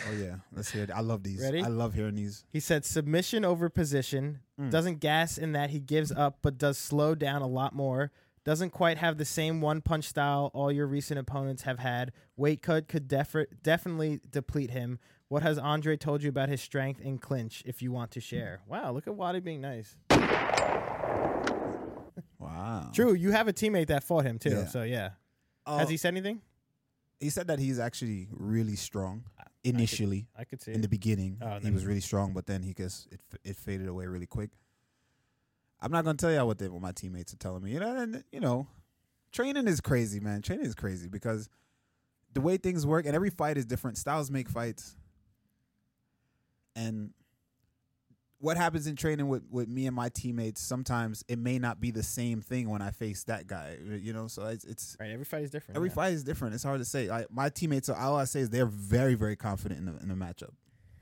Oh yeah, let's hear it. I love these.
Ready?
I love hearing these.
He said submission over position.
Mm.
Doesn't gas in that he gives up, but does slow down a lot more. Doesn't quite have the same one punch style all your recent opponents have had. Weight cut could defer- definitely deplete him. What has Andre told you about his strength in clinch if you want to share? Wow, look at Wadi being nice.
Wow.
True, you have a teammate that fought him too,
Yeah.
so yeah.
Uh,
Has he said anything?
he said that he's actually really strong initially
I could see.
in the beginning.
Oh,
he
never
was really strong, but then he just it f- it faded away really quick. I'm not gonna tell y'all what, they, what my teammates are telling me. You know, and you know, training is crazy, man. Training is crazy because the way things work, and every fight is different. Styles make fights, and what happens in training with, with me and my teammates sometimes it may not be the same thing when I face that guy. You know, so it's it's
right, every fight is different.
Every
yeah.
fight is different. It's hard to say. Like my teammates, are, all I say is they're very, very confident in the, in the matchup.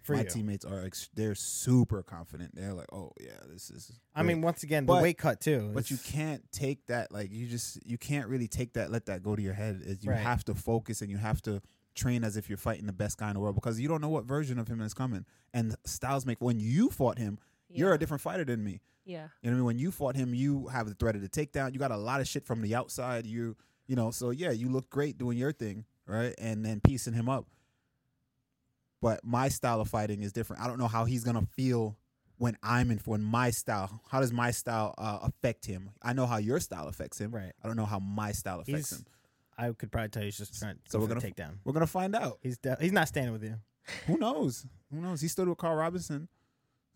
for
my
you.
teammates are ex- they're super confident. They're like, oh yeah, this is.
I
great."
mean, once again, the
But-
weight cut too.
but you
It's-
can't take that. Like you just you can't really take that. Let that go to your head. Is you
Right.
have to focus and you have to train as if you're fighting the best guy in the world because you don't know what version of him is coming. And Styles make when you fought him, you're a different fighter than me.
Yeah.
You know what I mean? When you fought him, you have the threat of the takedown. You got a lot of shit from the outside. You you know, so yeah, you look great doing your thing, right? And then piecing him up. But my style of fighting is different. I don't know how he's gonna feel when I'm in when my style. How does my style uh, affect him? I know how your style affects him.
Right.
I don't know how my style affects
He's-
him.
I could probably tell you he's just trying to
So
go
we're
for the
gonna-
takedown.
We're gonna find out.
He's de- he's not standing with you.
Who knows? Who knows? He stood with Carl Robinson.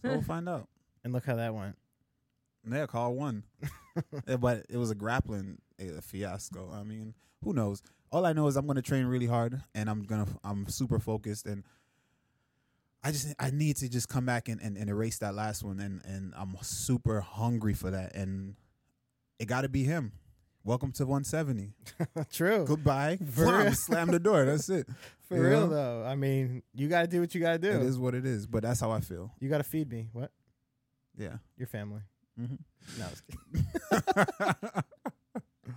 So we'll find out.
And look how that went.
Yeah, Carl won. Yeah, but it was a grappling uh fiasco. I mean, who knows? All I know is I'm going to train really hard, and I'm gonna I'm super focused, and I just I need to just come back and, and, and erase that last one, and and I'm super hungry for that, and it got to be him. Welcome to 170.
True.
Goodbye.
For
Wham,
real.
slam the door. That's it.
For
you
real
know?
though. I mean, you got to do what you got to
It
do.
is what it is. But that's how I feel.
You got to feed me. What?
Yeah.
Your family.
Mm-hmm.
No, I was kidding.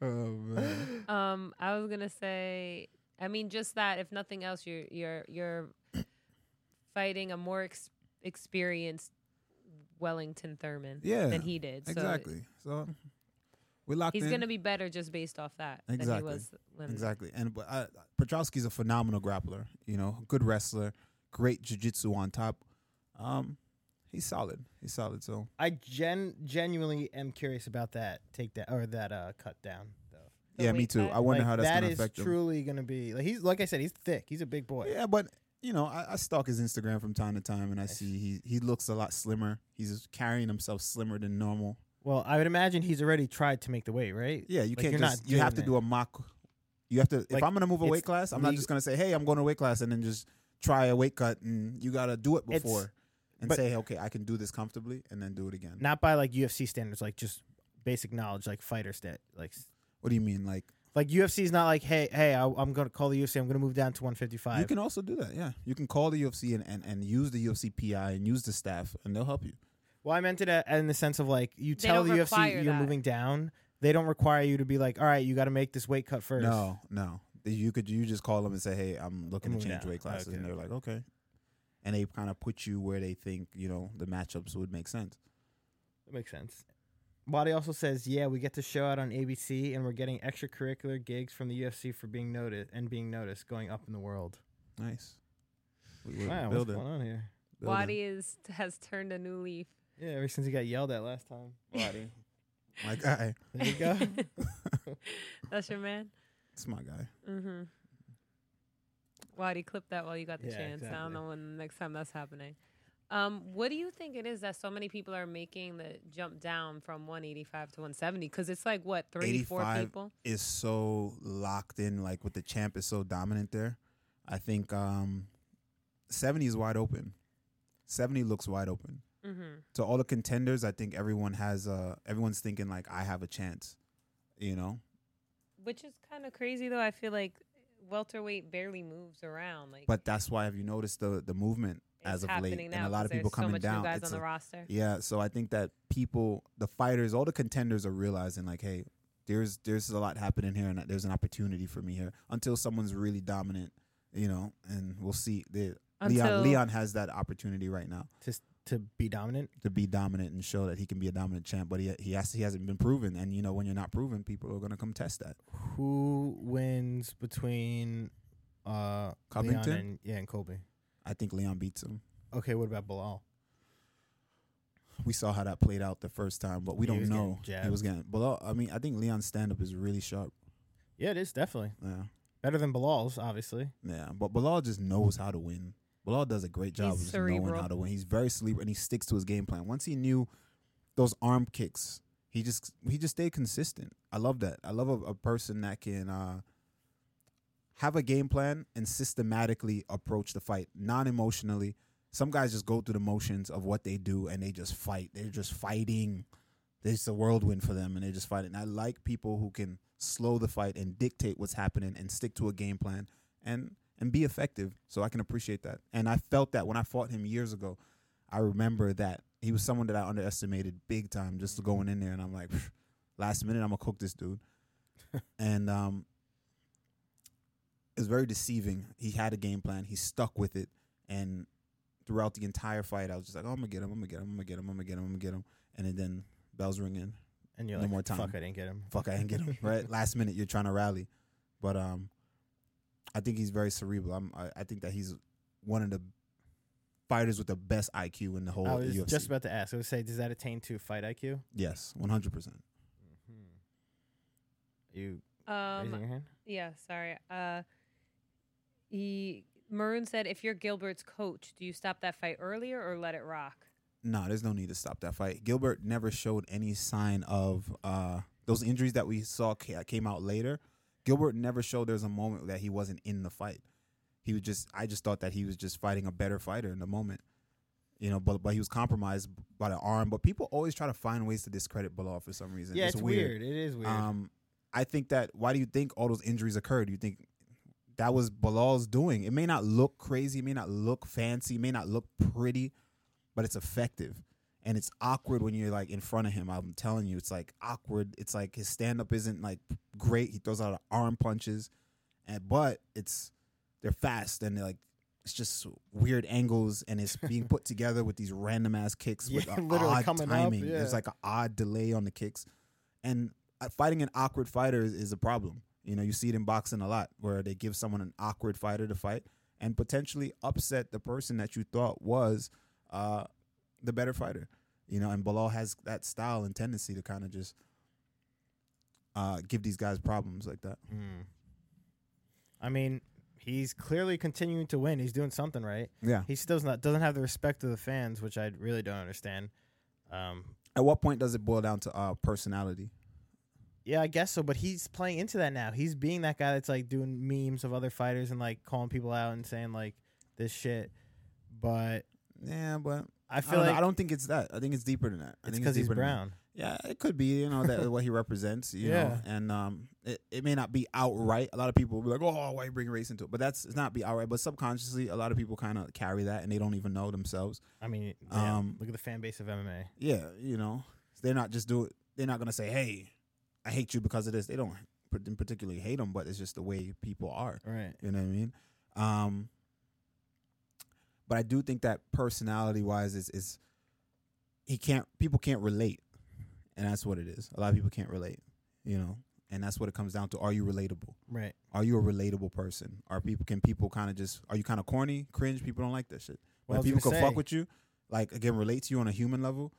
oh man.
Um, I was gonna say, I mean, just that. If nothing else, you're you're you're fighting a more ex- experienced Wellington Thurman
Yeah.
than he did. So
Exactly. So We're locked
He's
in.
gonna be better just based off that than he
Exactly.
was when
Exactly. And but uh, Petrowski's a phenomenal grappler. You know, good wrestler, great jiu-jitsu on top. Um, he's solid. He's solid. So
I gen genuinely am curious about that take that or that uh cut down though.
the
yeah, me
weight
too.
cut.
I wonder
Like,
how that's
that
gonna
is
affect him.
truly gonna be like he's like I said he's thick he's a big boy
Yeah, but you know, I, I stalk his Instagram from time to time, and I see he he looks a lot slimmer. He's carrying himself slimmer than normal.
well I would imagine he's already tried to make the weight right
Yeah, you
Like,
can't
you're
just.
not
You have to
doing
do a mock. You have to. if
Like,
I'm gonna move a
it's
weight class, I'm not
leg-
just gonna say, "Hey, I'm going to a weight class," and then just try a weight cut, and you gotta do it
It's-
before, and
but-
say, "Okay, I can do this comfortably," and then do it again.
not by like UFC standards like just basic knowledge like fighter stat like s-
What do you mean? Like
like UFC is not like hey hey I, I'm gonna call the UFC I'm gonna move down to
you
155
can also do that. Yeah, you can call the UFC and and, and use the UFC PI and use the staff, and they'll help you.
well I meant it a- in the sense of like you
They
tell
don't
the UFC
require
you're
that.
moving down they don't require you to be like all right you got to make this weight cut first
No, no. You could you just call them and say, "Hey, I'm looking
Move
to change
down.
weight classes," and
Okay.
they're like, "Okay," and they kind of put you where they think you know the matchups would make sense.
That makes sense. Wadi also says, "Yeah, we get to show out on ABC, and we're getting extracurricular gigs from the UFC for being noticed and being noticed, going up in the world."
Nice. We- we're
Wow, what's
building,
going on here?
building.
Wadi is has turned a new leaf.
Yeah, ever since he got yelled at last time, Wadi.
My guy.
there you go.
That's your man.
It's my guy.
Mm-hmm. Wadi, clip that while you got the
Yeah,
chance. I
exactly.
don't know when the next time that's happening. Um, what do you think it is that so many people are making the jump down from 185 to 170? Because it's like what three, four
85
people.
Is so locked in, like with the champ is so dominant there. I think um seventy is wide open. Seventy looks wide open.
Mm-hmm.
To all the contenders, I think everyone has uh everyone's thinking like I have a chance. You know?
Which is kind of crazy, though. I feel like welterweight barely moves around. Like
But that's why have you noticed the the movement
it's
as of late
happening now
and a lot
'cause
of people
there's
coming
so much
down.
New guys
It's
on the
a-
roster.
Yeah, so I think that people, the fighters, all the contenders are realizing like, hey, there's there's a lot happening here, and there's an opportunity for me here until someone's really dominant, you know. And we'll see. The,
Until-
Leon Leon has that opportunity right now
Just to be dominant.
to be dominant and show that he can be a dominant champ, but he he has he hasn't been proven. And you know, when you're not proven, people are gonna come test that.
Who wins between uh, Leon
Covington?
and yeah and Colby?
I think Leon beats him.
Okay, what about Bilal?
We saw how that played out the first time, but we
He
don't
was getting
know. He was getting, but uh, I mean, I think Leon's stand up is really sharp.
Yeah, it is definitely
Yeah.
better than Bilal's, obviously.
Yeah, but Bilal just knows how to win. Bilal does a great job
He's
of just knowing
cerebral.
how to win. He's very cerebral and he sticks to his game plan. Once he knew those arm kicks, he just he just stayed consistent. I love that. I love a, a person that can uh, have a game plan and systematically approach the fight, non emotionally. Some guys just go through the motions of what they do and they just fight. They're just fighting. It's a whirlwind for them and they're just fighting. I like people who can slow the fight and dictate what's happening and stick to a game plan and and be effective. So I can appreciate that. And I felt that when I fought him years ago. I remember that he was someone that I underestimated big time just going in there and I'm like "Phew, last minute I'm going to cook this dude. and um it was very deceiving. He had a game plan. He stuck with it and throughout the entire fight I was just like, "Oh, I'm going to get him. I'm going to get him. I'm going to get him. I'm going to get him. I'm going to get him." And then bells ringing
And you're
No
like,
more time.
fuck, I didn't get him.
fuck, I didn't get him. Right, last minute you're trying to rally, but um, I think he's very cerebral. I'm, I, I think that he's one of the fighters with the best IQ in the whole
I was
oh, UFC.
Oh, just about to ask. I would say, does that attain to fight IQ?
yes, one hundred percent.
Mm-hmm. You
Um,
raising your hand?
Yeah, sorry. Uh, he Maroon said, if you're Gilbert's coach, do you stop that fight earlier or let it rock?
No, there's no need to stop that fight. Gilbert never showed any sign of uh those injuries that we saw ca- came out later. Gilbert never showed there's a moment that he wasn't in the fight. He was just I just thought that he was just fighting a better fighter in the moment. You know, but but he was compromised by the arm. But people always try to find ways to discredit Bilal for some reason.
Yeah, it's, weird. It is weird.
Um, I think that why do you think all those injuries occurred? You think that was Bilal's doing? It may not look crazy, it may not look fancy, it may not look pretty, but it's effective. And it's awkward when you're like in front of him. I'm telling you, it's like awkward. It's like his stand up isn't like great. He throws out arm punches, and but it's they're fast and they're like it's just weird angles and it's being put together with these random ass kicks with
Yeah,
a
literally
odd
coming up,
timing.
yeah.
There's like an odd delay on the kicks, and uh, fighting an awkward fighter is, is a problem. You know, you see it in boxing a lot where they give someone an awkward fighter to fight and potentially upset the person that you thought was uh, the better fighter. You know, and Bilal has that style and tendency to kind of just uh, give these guys problems like that.
Mm. I mean, he's clearly continuing to win. He's doing something right.
Yeah.
He still not doesn't have the respect of the fans, which I really don't understand. Um,
At what point does it boil down to uh, personality?
yeah, I guess so. But he's playing into that now. He's being that guy that's like doing memes of other fighters and like calling people out and saying like this shit. But
Yeah, but
I
I
feel
don't, know.
like
I don't think it's that. I think it's deeper than that. I
it's
think
because he's
deeper than that.
brown.
Yeah, it could be, you know, that what he represents, you know.
Yeah.
And um it, it may not be outright. A lot of people will be like, Oh, why you bring race into it? But that's it's not be outright. But subconsciously a lot of people kinda carry that and they don't even know themselves.
I mean, yeah,
Um,
look at the fan base of MMA.
Yeah, you know. They're not just do it they're not gonna say, Hey, I hate you because of this. They don't par- particularly hate them, but it's just the way people are.
Right.
You know what I mean? Um, but I do think that personality wise is is he can't people can't relate, and that's what it is. A lot of people can't relate, you know, and that's what it comes down to. Are you relatable?
Right.
Are you a relatable person? Are people can people kind of just are you kind of corny, cringe? People don't like that shit.
Well,
When
I was
people can
gonna
fuck
say-
with you, like again relate to you on a human level.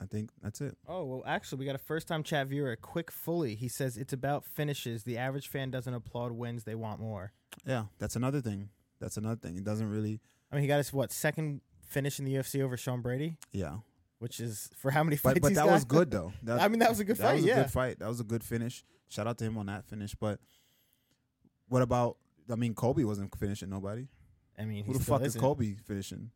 I think that's it.
Oh, well, actually, we got a first time chat viewer, Quick Fully. He says it's about finishes. The average fan doesn't applaud wins, they want more.
Yeah, that's another thing. That's another thing. It doesn't really.
I mean, he got his, what, second finish in the UFC over Sean Brady,
Yeah,
which is for how many fights
but but
he's
that
got?
was good though.
I mean, that was a good fight,
That was a
yeah.
good fight. That was a good finish. Shout out to him on that finish. But what about? I mean, Kobe wasn't finishing nobody.
I mean,
Who
he
the
still
fuck is
isn't,
Kobe finishing?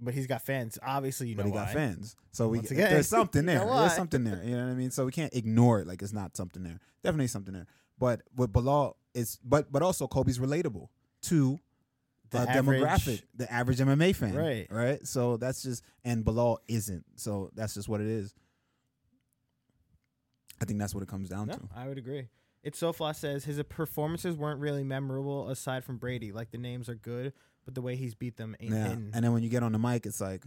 But he's got fans. Obviously, you
but
know
he got
why.
fans. So we,
Once again,
there's something
you know
there.
why.
There's something there. You know what I mean? So we can't ignore it like it's not something there. Definitely something there. But with Bilal, it's but but also Kobe's relatable to
The
the
average-
uh, demographic, the average MMA fan,
Right.
Right. So that's just and Bilal isn't. So that's just what it is. I think that's what it comes down
No,
to.
I would agree. It's Sofla says his performances weren't really memorable aside from Brady. Like, the names are good, but the way he's beat them ain't
Yeah.
hitting.
And then when you get on the mic, it's like,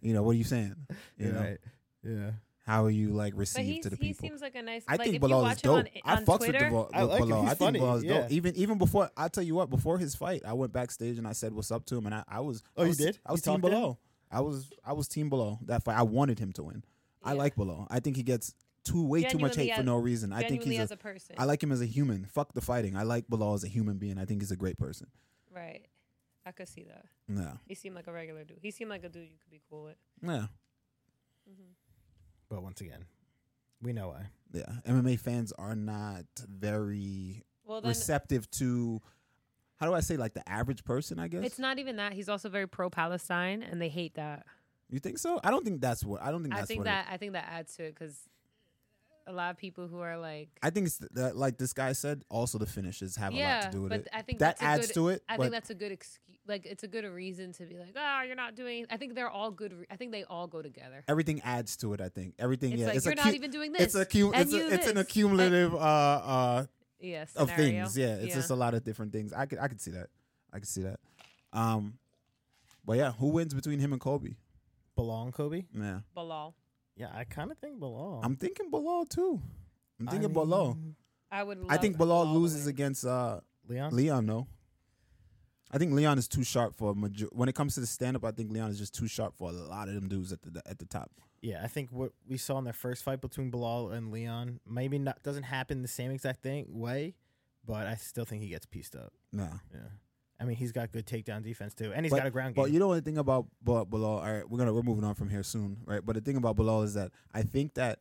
you know, what are you saying? You know,
Right. Yeah.
how are you like
But
received
he's,
to the
he
people?
seems like a nice.
I
like,
think
if you
Bilal
watch
is dope.
Him on,
I
on
fucks
Twitter,
with the, Bilal.
I like him.
Bilal.
He's
I think
funny,
Bilal is
yeah.
dope. Even even before I tell you what, before his fight, I went backstage and I said what's up to him, and I, I was
Oh,
I
you
was,
did?
I was
You
team
talked to him?
Bilal. I was I was team Bilal that fight. I wanted him to win. I
Yeah.
like Bilal. I think he gets too way too much
Genuinely
hate for
as-
no reason. I think
genuinely
he's
as
a,
a person.
I like him as a human. Fuck the fighting. I like Bilal as a human being. I think he's a great person.
right. I could see that.
Yeah,
He seemed like a regular dude. He seemed like a dude you could be cool with.
yeah,
But once again, we know why.
yeah. MMA fans are not very
Well, then
receptive to. How do I say like the average person? I guess
it's not even that. He's also very pro Palestine, and they hate that.
You think so? I don't think that's what. I don't think
I
that's
think
what.
that I think that adds to it because a lot of people who are like,
it, I think it's th- that, like this guy said. Also, the finishes have a
yeah,
lot to do with
but
it.
I think
that
that's a
adds
good,
to it.
I
but
think that's a good excuse. Like it's a good reason to be like, oh, you're not doing. I think they're all good. Re- I think they all go together.
everything adds to it. I think everything.
It's
yeah,
like
it's
you're
a
not even doing this.
It's a cum-
and
It's,
you
a, it's an
this,
accumulative uh, uh,
yeah,
of
scenario.
things. Yeah, it's just a lot of different things. I could I could see that. I could see that. Um, but yeah, who wins between him and Kobe?
Belong, Kobe?
Yeah,
Bilal.
Yeah, I kind of think belong.
I'm thinking below too. I'm thinking
mean,
below.
I would. Love
I think below
to
loses
win.
against uh
Leon.
Leon, no. I think Leon is too sharp for a major- when it comes to the stand up. I think Leon is just too sharp for a lot of them dudes at the at the top.
Yeah, I think what we saw in their first fight between Bilal and Leon maybe not doesn't happen the same exact thing way, but I still think he gets pieced up.
Nah,
Yeah, I mean he's got good takedown defense too, and he's
But-
got a ground game.
but you know the thing about Ba- Bilal. All right, we're gonna we're moving on from here soon, right? But the thing about Bilal is that I think that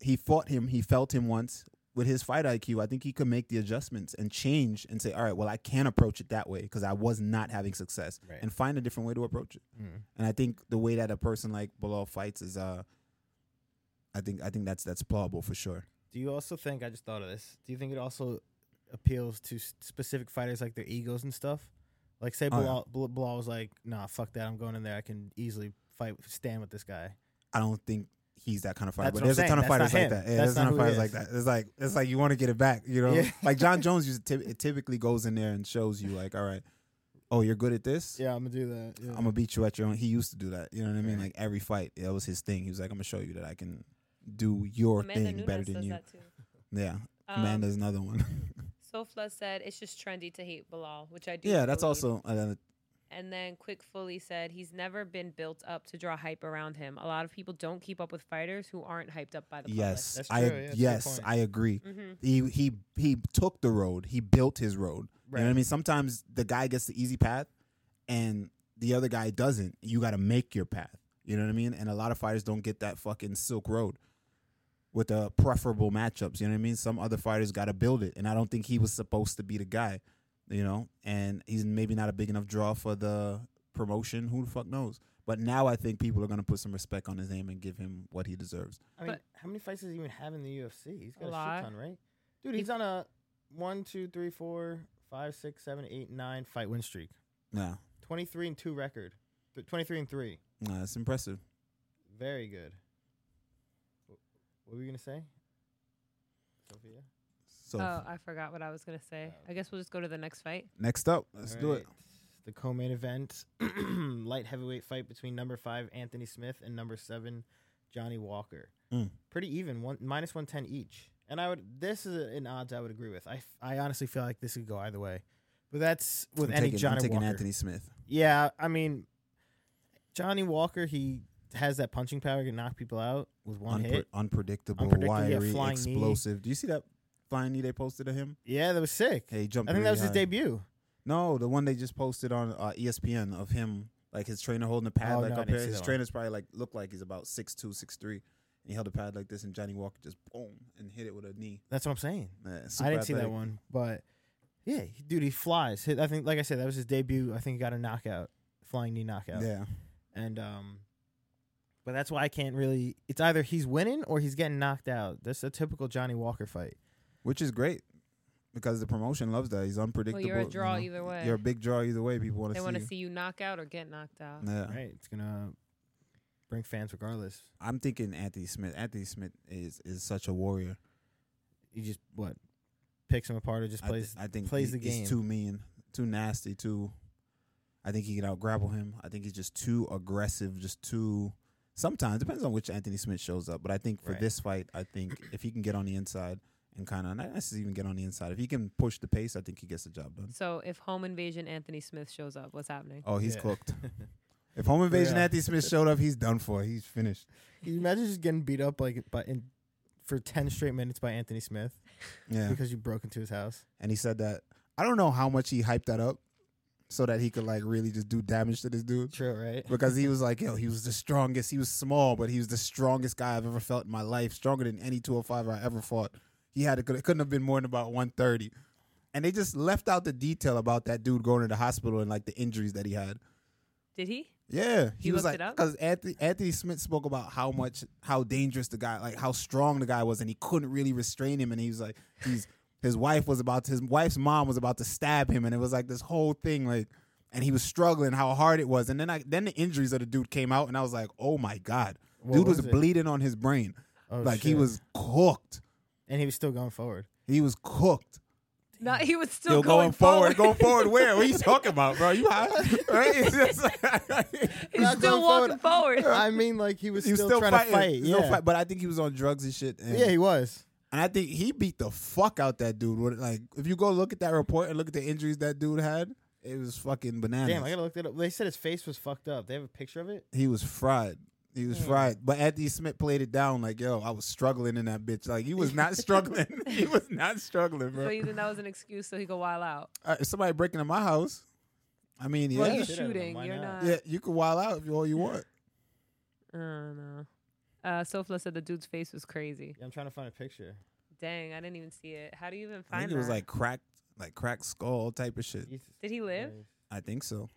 he fought him, he felt him once with his fight IQ. I think he could make the adjustments and change and say, all right, well, I can approach it that way because I was not having success,
Right.
and find a different way to approach it.
Mm.
And I think the way that a person like Bilal fights is, uh, I think I think that's that's plausible for sure.
Do you also think I just thought of this? Do you think it also appeals to s- specific fighters like their egos and stuff? Like say
Oh, yeah.
Bilal, Bil- Bilal was like, "Nah, fuck that. I'm going in there. I can easily fight, stand with this guy."
I don't think he's that kind of fighter.
That's
but
what I'm
there's a ton of
saying.
fighters like
That's not him.
that. Yeah,
That's
there's a ton
not
of
who he
fighters like
is.
that. It's like it's like you want to get it back, you know.
Yeah.
Like John Jones used to typ- typically goes in there and shows you like, all right, oh you're good at this.
Yeah, I'm gonna do that. Yeah.
I'm gonna beat you at your own. He used to do that. You know what I mean?
Right.
Like every fight, that was his thing. He was like, I'm gonna show you that I can do your
Amanda
thing
Nunes
better
does
than you.
that too.
Yeah,
Um,
Amanda's another one.
Sofla said it's just trendy to hate Bilal, which I do.
yeah, that's
believe.
also another.
And then Quick Fully said he's never been built up to draw hype around him. A lot of people don't keep up with fighters who aren't hyped up by the
Yes,
That's
I
true, yeah, that's a good
yes
point.
I agree.
public. Mm-hmm.
He he he took the road. He built his road. You know what I
Right.
mean? Sometimes the guy gets the easy path, and the other guy doesn't. You got to make your path. You know what I mean? And a lot of fighters don't get that fucking silk road with the preferable matchups. You know what I mean? Some other fighters got to build it, and I don't think he was supposed to be the guy. You know, and he's maybe not a big enough draw for the promotion. Who the fuck knows? But now I think people are gonna put some respect on his name and give him what he deserves.
I mean,
But-
how many fights does he even have in the UFC? He's
A
got a,
lot.
shit ton, right? Dude, he's on a one, two, three, four, five, six, seven, eight, nine fight win streak.
Yeah,
Twenty three and two record. Th- Twenty three and three.
nah, it's impressive.
Very good. Wh- What were you gonna say, Sophia?
So
Uh,
Oh, I forgot what I was gonna say. I guess we'll just go to the next fight.
next up, let's do it.
Alright, The co-main event, light heavyweight fight between number five Anthony Smith and number seven Johnny Walker.
Mm.
Pretty even, one minus one ten each. And I would this is a- an odds I would agree with. I, f- I honestly feel like this could go either way, but that's with
I'm
any
taking, I'm
Johnny
taking
Walker.
Anthony Smith.
Yeah, I mean Johnny Walker, he has that punching power, can knock people out with one
Unpre-
hit.
unpredictable,
Unpredictable, yeah,
wiry,
flying knee.
explosive. Do you see that flying knee they posted of him?
Yeah, that was sick.
Hey, he jumped.
I think that
really
was his
high.
debut.
No, the one they just posted on uh, ESPN of him, like his trainer holding the pad
Oh,
like
no, I
up
didn't
here.
see
His
that one.
trainer's probably like looked like he's about six two, six three, and he held the pad like this, and Johnny Walker just boom and hit it with a knee.
That's what I'm saying.
Yeah,
I
super
didn't see that
athletic.
one, but yeah, he- dude, he flies. Hit- I think, like I said, that was his debut. I think he got a knockout, flying knee knockout,
Yeah,
and um, but that's why I can't really. It's either he's winning or he's getting knocked out. That's a typical Johnny Walker fight.
which is great because the promotion loves that. He's
Well,
unpredictable.
you're a
you
draw
know.
either way.
You're a big draw either way. People want
they
to
want
see.
to see you knock out or get knocked out.
you. Yeah.
Right, it's gonna bring fans regardless.
I'm thinking Anthony Smith. Anthony Smith is is such a warrior.
He just what picks him apart or just
I thi-
plays.
I think
plays
he-
the game.
He's too mean, too nasty, too. I think he can outgrapple him. I think he's just too aggressive, just too. Sometimes depends on which Anthony Smith shows up, but I think for
Right.
this fight, I think if he can get on the inside and kind of not necessarily even get on the inside, if he can push the pace, I think he gets the job done.
So if home invasion Anthony Smith shows up, what's happening?
Oh, he's
Yeah.
cooked. If home invasion
Yeah.
Anthony Smith showed up, he's done for. He's finished.
Can you imagine just getting beat up like by in, for ten straight minutes by Anthony Smith
Yeah,
because you broke into his house?
and he said that. I don't know how much he hyped that up, so that he could like really just do damage to this dude.
True, right?
because he was like, yo, he was the strongest. He was small, but he was the strongest guy I've ever felt in my life. Stronger than any 205 I ever fought. He had it could- it couldn't have been more than about 130. And they just left out the detail about that dude going to the hospital and like the injuries that he had.
Did he?
Yeah, he
You
was
looked it
like
up?
because Anthony Anthony Smith spoke about how much how dangerous the guy like how strong the guy was and he couldn't really restrain him and he was like he's his wife was about to, his wife's mom was about to stab him and it was like this whole thing like and he was struggling how hard it was and then I then the injuries of the dude came out and I was like oh my god
What
dude was,
was it?
bleeding on his brain
Oh,
like he
shit.
was cooked
and he was still going forward.
he was cooked
No, he was
Still
still going, forward.
going forward where what are you talking about bro you high right It's just like-
He's
Not
still
going
walking forward.
I mean, like he was,
he was
still,
still
trying
fighting.
to fight.
Still
Yeah.
fight- but I think he was on drugs and shit. And,
yeah, he was.
and I think he beat the fuck out that dude. With, like, if you go look at that report and look at the injuries that dude had, it was fucking bananas.
Damn, I gotta look that up. They said his face was fucked up. They have a picture of it.
he was fried. He was
Yeah.
fried. But Anthony Smith played it down like, yo, I was struggling in that bitch. Like, he was not struggling. he was not struggling,
so
bro.
you think that was an excuse so he could wild out?
Uh, if somebody breaking into my house, I mean, yeah.
Well,
you
you're
should have them.
shooting.
Why
You're
not?
not.
yeah, you can wild out if you all you want.
I don't know. Uh, Sofla said the dude's face was crazy.
Yeah, I'm trying to find a picture.
Dang, I didn't even see it. How do you even
I
find
think it was
that?
like cracked, like cracked skull type of shit.
Jesus
Did he live?
Christ.
I think so.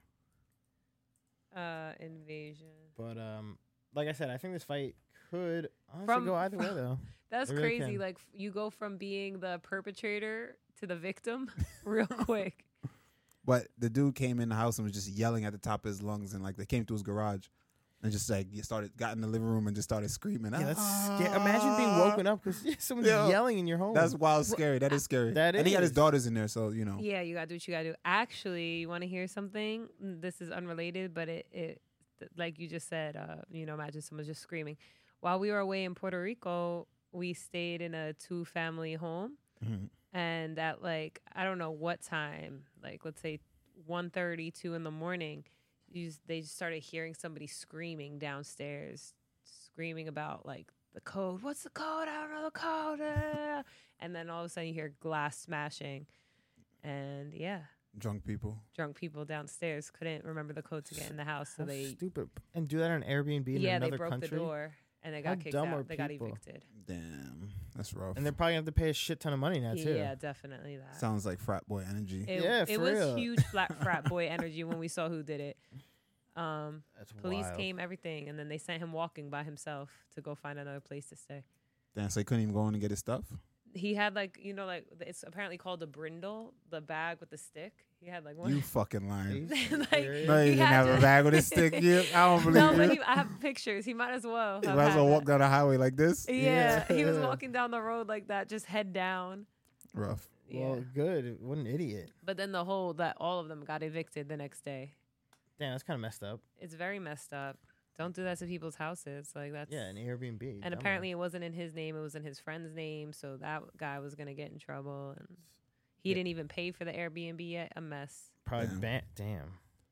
uh, invasion.
But um, like I said, I think this fight could honestly
From-
go either way though.
That's
I really
crazy.
can.
Like f- you go from being the perpetrator to the victim real quick.
But the dude came in the house and was just yelling at the top of his lungs, and like they came to his garage and just like he started got in the living room and just started screaming.
yeah, that's scary. Imagine being woken up because someone's
Yo,
yelling in your home.
That's wild, scary. That is scary.
That
and he got his
is.
daughters in there, so you know.
Yeah, you gotta do what you gotta do. Actually, you want to hear something? Mm, This is unrelated, but it it th- like you just said. Uh, you know, imagine someone's just screaming. while we were away in Puerto Rico, we stayed in a two family home
Mhm.
and at like I don't know what time, like let's say 1.30, 2 in the morning, you just, they just started hearing somebody screaming downstairs, screaming about like the code. What's the code? I don't know the code. da, da, da, da." and then all of a sudden you hear glass smashing, and yeah,
Drunk people.
drunk people downstairs couldn't remember the code to get in the house, so
How
they
stupid. And do that on Airbnb in
yeah they
another
broke
country.
the door and they
How
got kicked
dumb
out.
are
They got
people?
evicted.
Damn, that's rough.
And they're probably gonna have to pay a shit ton of money now too.
Yeah, definitely that.
Sounds like frat boy energy.
It,
Yeah,
it
for
was
real.
huge flat frat boy energy when we saw who did it. Um,
That's
police
wild.
came, everything, and then they sent him walking by himself to go find another place to stay.
Damn, so he couldn't even go in and get his stuff.
He had like you know like it's apparently called a brindle, the bag with the stick. He had like one.
You fucking lying.
Are you
Like,
serious?
No, you
He
didn't
had
have a
to-
bag with a stick. You, I don't believe
no,
you.
but he, I have pictures. He might as well.
You
have
might as
had
well
that.
walk down a highway like this.
Yeah, he was
Yeah.
walking down the road like that, just head down.
Rough.
Yeah.
Well, good. What an idiot.
but then the whole that all of them got evicted the next day.
Damn, that's kind of messed up.
It's very messed up. Don't do that to people's houses. Like that's
Yeah, an Airbnb. Oh
And
dumbass.
apparently it wasn't in his name, it was in his friend's name, so that guy was gonna get in trouble and he
Yeah.
didn't even pay for the Airbnb yet. A mess.
probably
Damn.
damn. damn.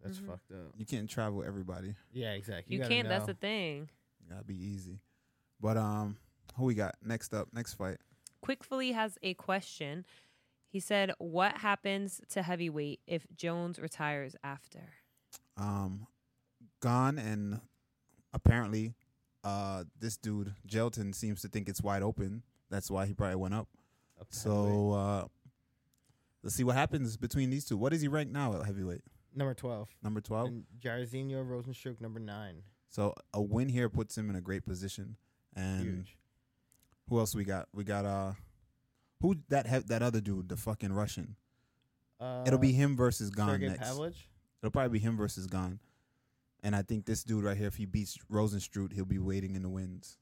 That's
Mhm.
fucked up.
You can't travel everybody.
Yeah, exactly.
You,
gotta
can't, that's
know.
the thing.
Gotta be easy. But um, who we got next up? Next fight.
Quickfully has a question. He said, What happens to heavyweight if Jones retires after?
Um, gone and apparently, uh, this dude Gelton seems to think it's wide open. That's why he probably went up.
Up to heavyweight.
So uh, let's see what happens between these two. What is he ranked now at heavyweight?
number twelve.
Number twelve.
And Jairzinho Rosenstruck number nine.
So a win here puts him in a great position. And
Huge.
who else we got? We got uh, who that he- that other dude, the fucking Russian.
Uh,
It'll be him versus Gon
Sergey
next.
Pavlich.
It'll probably be him versus Gon. And I think this dude right here, if he beats Rosenstruth, he'll be waiting in the wins.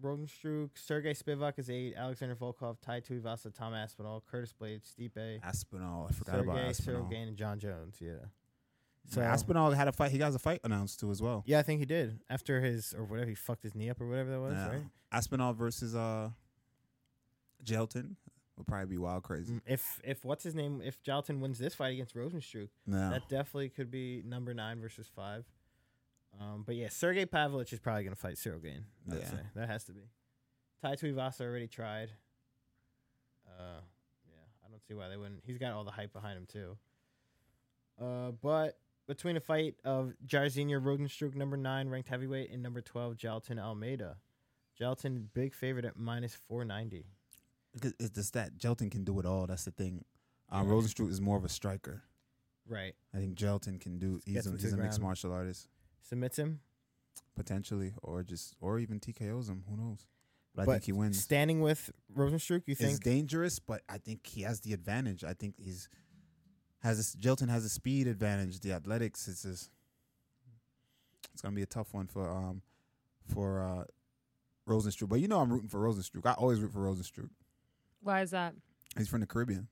Rosenstruck, Sergey Spivak is eight, Alexander Volkov, Tai Tuivasa, Tom Aspinall, Curtis Blades, Stipe,
Aspinall, I forgot about
Sergey
Aspinall.
Sergain, and John Jones. Yeah.
So Aspinall had a fight. He got a fight announced too as well.
Yeah, I think he did after his or whatever he fucked his knee up or whatever that was,
Yeah.
right?
Aspinall versus uh, Gelton will probably be wild crazy.
Mm, If if what's his name if Jalton wins this fight against Rosenstruck,
No,
that definitely could be number nine versus five. Um, but yeah, Sergey Pavlich is probably gonna fight Cyril Gain. I'd
Yeah.
say that has to be. Tai Tuivasa already tried. Uh, yeah, I don't see why they wouldn't. He's got all the hype behind him too. Uh, but between a fight of Jairzinho Rodenstruck, number nine ranked heavyweight, and number twelve Jalton Almeida, Jalton big favorite at minus four ninety.
Because it's just that Gelton can do it all. That's the thing. Um,
Yeah.
Rosenstruth is more of a striker.
Right,
I think Gelton can do. He's
Gets
a,
him to
he's a
the
mixed
ground.
martial artist
submits him.
potentially, or just or even TKOs him. Who knows? But, I
But
think he wins.
Standing with Rosenstruck, you
It's
think?
dangerous, but I think he has the advantage. I think he's has this. Gelton has a speed advantage. The athletics. It's just it's gonna be a tough one for um for uh Rosenstruck. But you know I'm rooting for Rosenstruck. I always root for Rosenstruck.
Why is that?
He's from the Caribbean.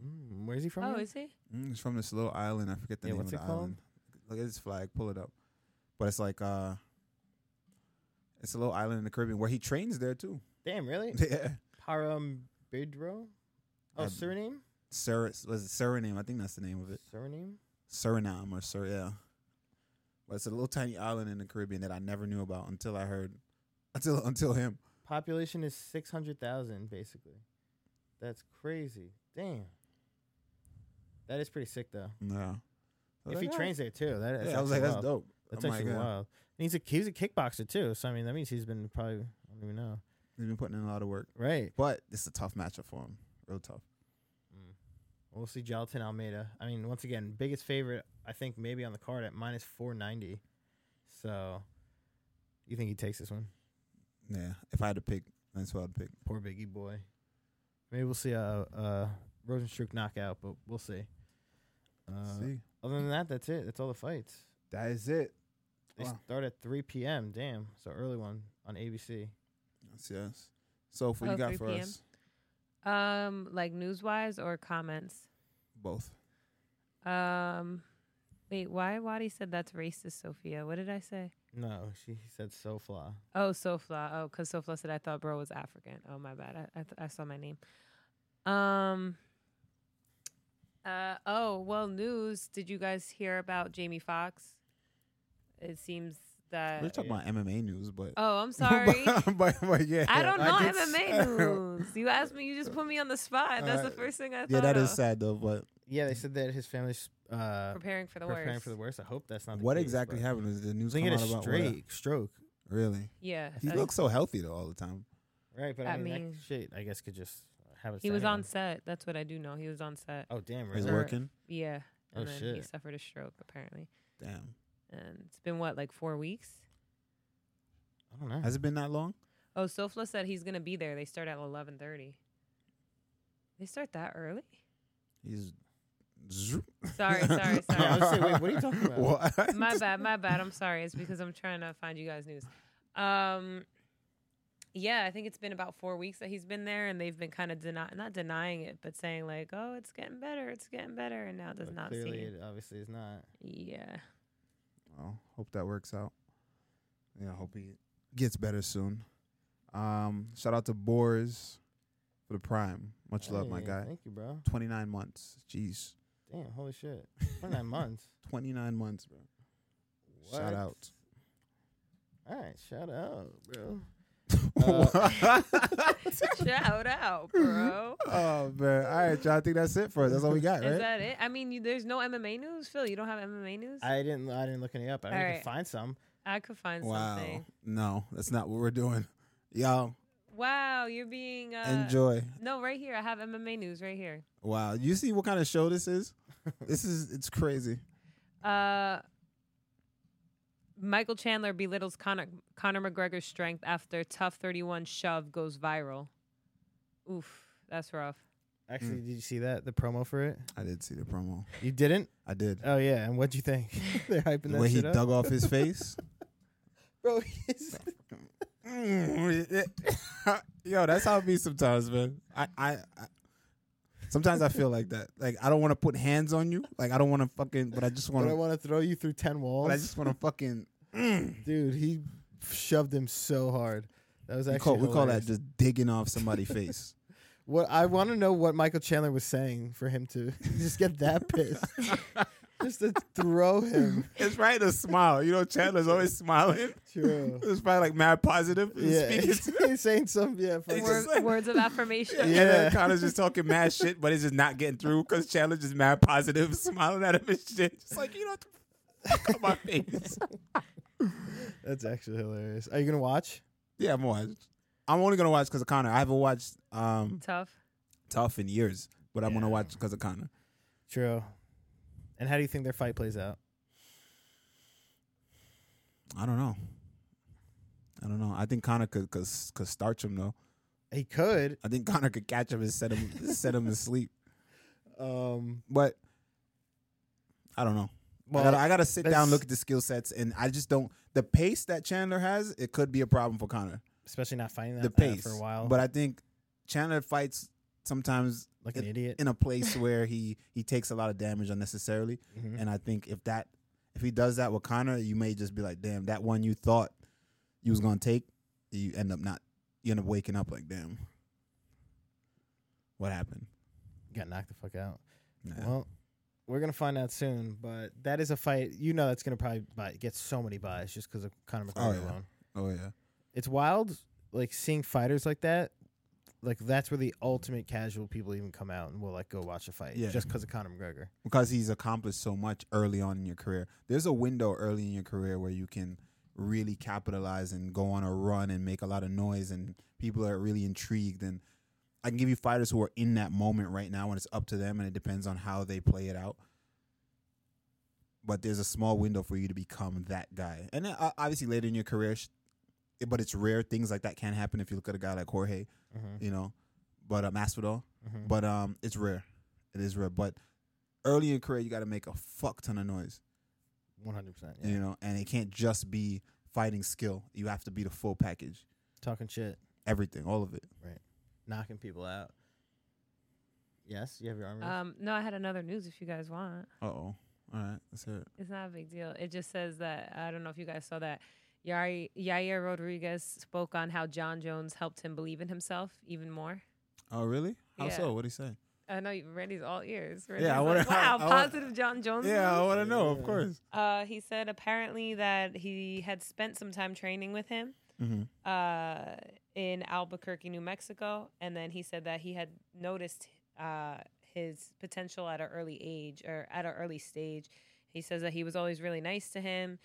Mm, where's he from?
Oh,
again?
is he?
Mm, he's from this little island. I forget the
Yeah,
name
what's
of
it
the
called?
island. Look at his flag. Pull it up. But it's like uh, it's a little island in the Caribbean where he trains there too.
Damn, really?
yeah,
Parambidro? Oh,
Um,
Suriname?
Sur was it Suriname? I think that's the name of it.
Suriname?
Suriname or Sur. Yeah, but it's a little tiny island in the Caribbean that I never knew about until I heard until until him.
Population is 600,000, basically. That's crazy. Damn. That is pretty sick, though.
Yeah, I was
if he
like, "Oh."
trains there, too, that, that's
yeah, I was like,
actually
that's
wild.
dope.
That's
Oh my
actually
God.
wild. And he's a he's a kickboxer too, so I mean that means he's been probably I don't even know.
He's been putting in a lot of work,
Right.
but it's a tough matchup for him. Real tough.
Mm. We'll see Jalton Almeida. I mean, once again, biggest favorite I think maybe on the card at minus four ninety. So, you think he takes this one?
Yeah, if I had to pick, that's what I'd pick.
Poor Biggie boy. Maybe we'll see a, a Rosenstruck knockout, but we'll see. Uh,
See,
Other than that, that's it. That's all the fights.
that is it.
They
Wow.
start at 3 p.m. Damn, so early one on ABC.
Yes, yes. So what
Oh,
you got
3
for
p.m.?
us?
Um, like news wise or comments?
Both.
Um, wait, why Wadi said that's racist, Sophia? What did I say?
No, she said SoFla.
Oh, Sofla. Oh, because Sofla said I thought bro was African. Oh, my bad. I I, th- I saw my name. Um. Uh oh. Well, news. Did you guys hear about Jamie Foxx? It seems
We're
that.
talking about MMA news, but
Uh, Oh, I'm sorry.
but, but, but yeah,
I don't
I
know
s-
did
Oh.
MMA news. You asked me. You just put me on the spot. That's
Uh,
the first thing I thought.
yeah, that
of.
is sad though. But
Yeah, they said that his family's uh,
Preparing for the
preparing
worst.
for the worst. I hope that's not the
what
case,
exactly
but-
happened? Is the
I
news
think
come
he had
out
a
about
straight
what?
stroke.
Really,
yeah.
he
uh,
looks so healthy though all the time.
Right, but
I
I mean,
mean-
that shit, I guess could just happen.
He
to
was on
anyone.
set. That's what I do know. He was on set.
Oh damn!
He's
Really?
Or-
working.
Yeah. And
Oh,
then he
shit.
suffered a stroke apparently.
Damn,
And it's been what, like four weeks?
I don't know.
has it been that long?
Oh, Sofla said he's gonna be there. They start at eleven thirty. They start that early?
He's. Zoop.
Sorry, sorry,
Yeah, I
sorry.
was saying, Oh, wait, what are you talking about?
What?
my bad, my bad. I'm sorry. It's because I'm trying to find you guys news. Um yeah, I think it's been about four weeks that he's been there, and they've been kind of deny- not denying it, but saying like, "Oh, it's getting better, it's getting better," and now it does
But
not
clearly,
seem.
it obviously is not.
Yeah.
Well, hope that works out. Yeah, I hope he gets better soon. Um, shout out to Boris for the prime. Much love, my
Hey,
guy.
Thank you, bro.
Twenty nine months. Jeez,
Damn, holy shit! Twenty nine months.
twenty nine months, bro. Shout
What?
out.
All right, shout out, bro. Uh,
Shout out, bro.
oh man! All right, y'all. I think that's it for us. That's all we got,
Is
right?
that it? I mean, you, there's no MMA news, Phil. You don't have MMA news? I,
I didn't. I didn't look any up. I
All
didn't
right.
find some.
could find
wow.
something.
No, that's not what we're doing. Y'all
Wow, you're being uh,
enjoy.
No, right here. I have MMA news right here.
Wow. You see what kind of show this is? This is it's crazy.
Uh, Michael Chandler belittles Conor Conor McGregor's strength after tough 31 shove goes viral. Oof, that's rough.
Actually,
Mm.
did you see that the promo for it?
I did see the promo.
You didn't?
I did.
Oh yeah. And what'd you think? They're hyping
the
that
way
shit
he
up.
dug off his face.
bro. he's-
Yo, that's how it be sometimes, man. I, I, I sometimes I feel like that. Like I don't want to put hands on you. Like I don't want to fucking. But I just
but
want
I
to.
want to throw you through ten walls.
But I just want to fucking. Mm.
Dude, he shoved him so hard. That was
We
actually
call, we call that
hilarious.
just digging off somebody's face.
What I want to know what Michael Chandler was saying for him to just get that pissed, just to throw him.
It's right to smile. You know, Chandler's always smiling.
True.
It's probably like mad positive.
Yeah,
Speaking
he's, he's saying some yeah. fucking-
Wor-
just like-
words of affirmation.
And then
Yeah.
Connor's just talking mad shit, but it's just not getting through because Chandler's just mad positive, smiling at him and shit. Just like, you know, what the fuck on my face.
That's actually hilarious. Are you gonna watch?
Yeah, I'm gonna watch. I'm only gonna watch because of Connor. I haven't watched um,
Tough.
Tough in years, but I'm gonna
Yeah.
watch because of Connor.
True. And how do you think their fight plays out?
I don't know. I don't know. I think Connor could could, could starch him though.
He could.
I think Connor could catch him and set him set him to sleep.
Um.
But I don't know.
Well,
I, gotta, I gotta sit down,
that's-
look at the skill sets, and I just don't. The pace that Chandler has, it could be a problem for Connor.
especially not fighting that
the
uh,
pace
for a while.
But I think Chandler fights sometimes
like an
it-
idiot.
in a place where he he takes a lot of damage unnecessarily.
Mhm.
And I think if that if he does that with Connor, you may just be like, damn, that one you thought you was gonna take, you end up not. You end up waking up like, damn, what happened?
Got knocked the fuck out.
Yeah.
Well, we're gonna find out soon. But that is a fight. You know, that's gonna probably buy, get so many buys just because of Conor McGregor
yeah.
alone.
oh yeah,
it's wild like seeing fighters like that like that's where the ultimate casual people even come out and will like go watch a fight
Yeah.
just because of Conor McGregor.
because he's accomplished so much early on in your career. There's a window early in your career where you can really capitalize and go on a run and make a lot of noise, and people are really intrigued. And I can give you fighters who are in that moment right now, and it's up to them, and it depends on how they play it out. But there's a small window for you to become that guy, and then, uh, obviously later in your career, sh- but it's rare. Things like that can happen if you look at a guy like Jorge,
Mm-hmm.
you know, but uh, Masvidal
Mm-hmm.
but um, it's rare. It is rare. But early in career, you got to make a fuck ton of noise,
One hundred percent.
you
Yeah.
know. And it can't just be fighting skill. You have to be the full package,
Talking shit,
everything, all of it.
knocking people out. Yes, you have your arm. raised?
Um, no, I had another news if you guys want.
Uh oh. All right, let's hear it.
It's not a big deal. It just says that I don't know if you guys saw that Yari, Yair Rodriguez spoke on how John Jones helped him believe in himself even more.
Oh, really? How
Yeah.
so? What would he say?
I know you- Randy's all ears. Randy's
I wanna-
like, wow,
I wanna-
positive John Jones.
Yeah, Oh, I want to know. Of
Yeah.
course.
Uh, he said apparently that he had spent some time training with him
Mm-hmm.
uh, in Albuquerque, New Mexico, and then he said that he had noticed uh, his potential at an early age or at an early stage. He says that he was always really nice to him.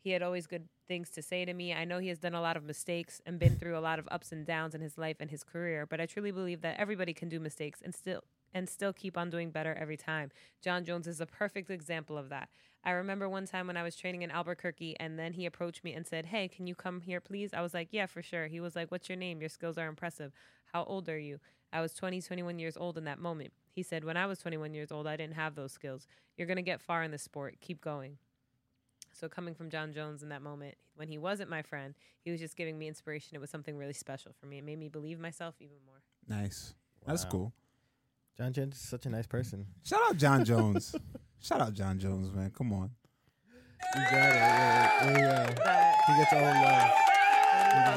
He had always good things to say to me. I know he has done a lot of mistakes and been through a lot of ups and downs in his life and his career, but I truly believe that everybody can do mistakes and still and still keep on doing better every time. John Jones is a perfect example of that. I remember one time when I was training in Albuquerque, and then he approached me and said, Hey, can you come here, please? I was like, Yeah, for sure. He was like, What's your name? Your skills are impressive. How old are you? I was 20, 21 years old in that moment. He said, When I was 21 years old, I didn't have those skills. You're going to get far in the sport. Keep going. So, coming from John Jones in that moment, when he wasn't my friend, he was just giving me inspiration. It was something really special for me. It made me believe myself even more.
Nice. That's
Wow.
cool.
John Jones is such a nice person.
Shout out John Jones. Shout out John Jones, man. Come on.
You got it. Yeah, yeah, yeah.
That
He gets all love.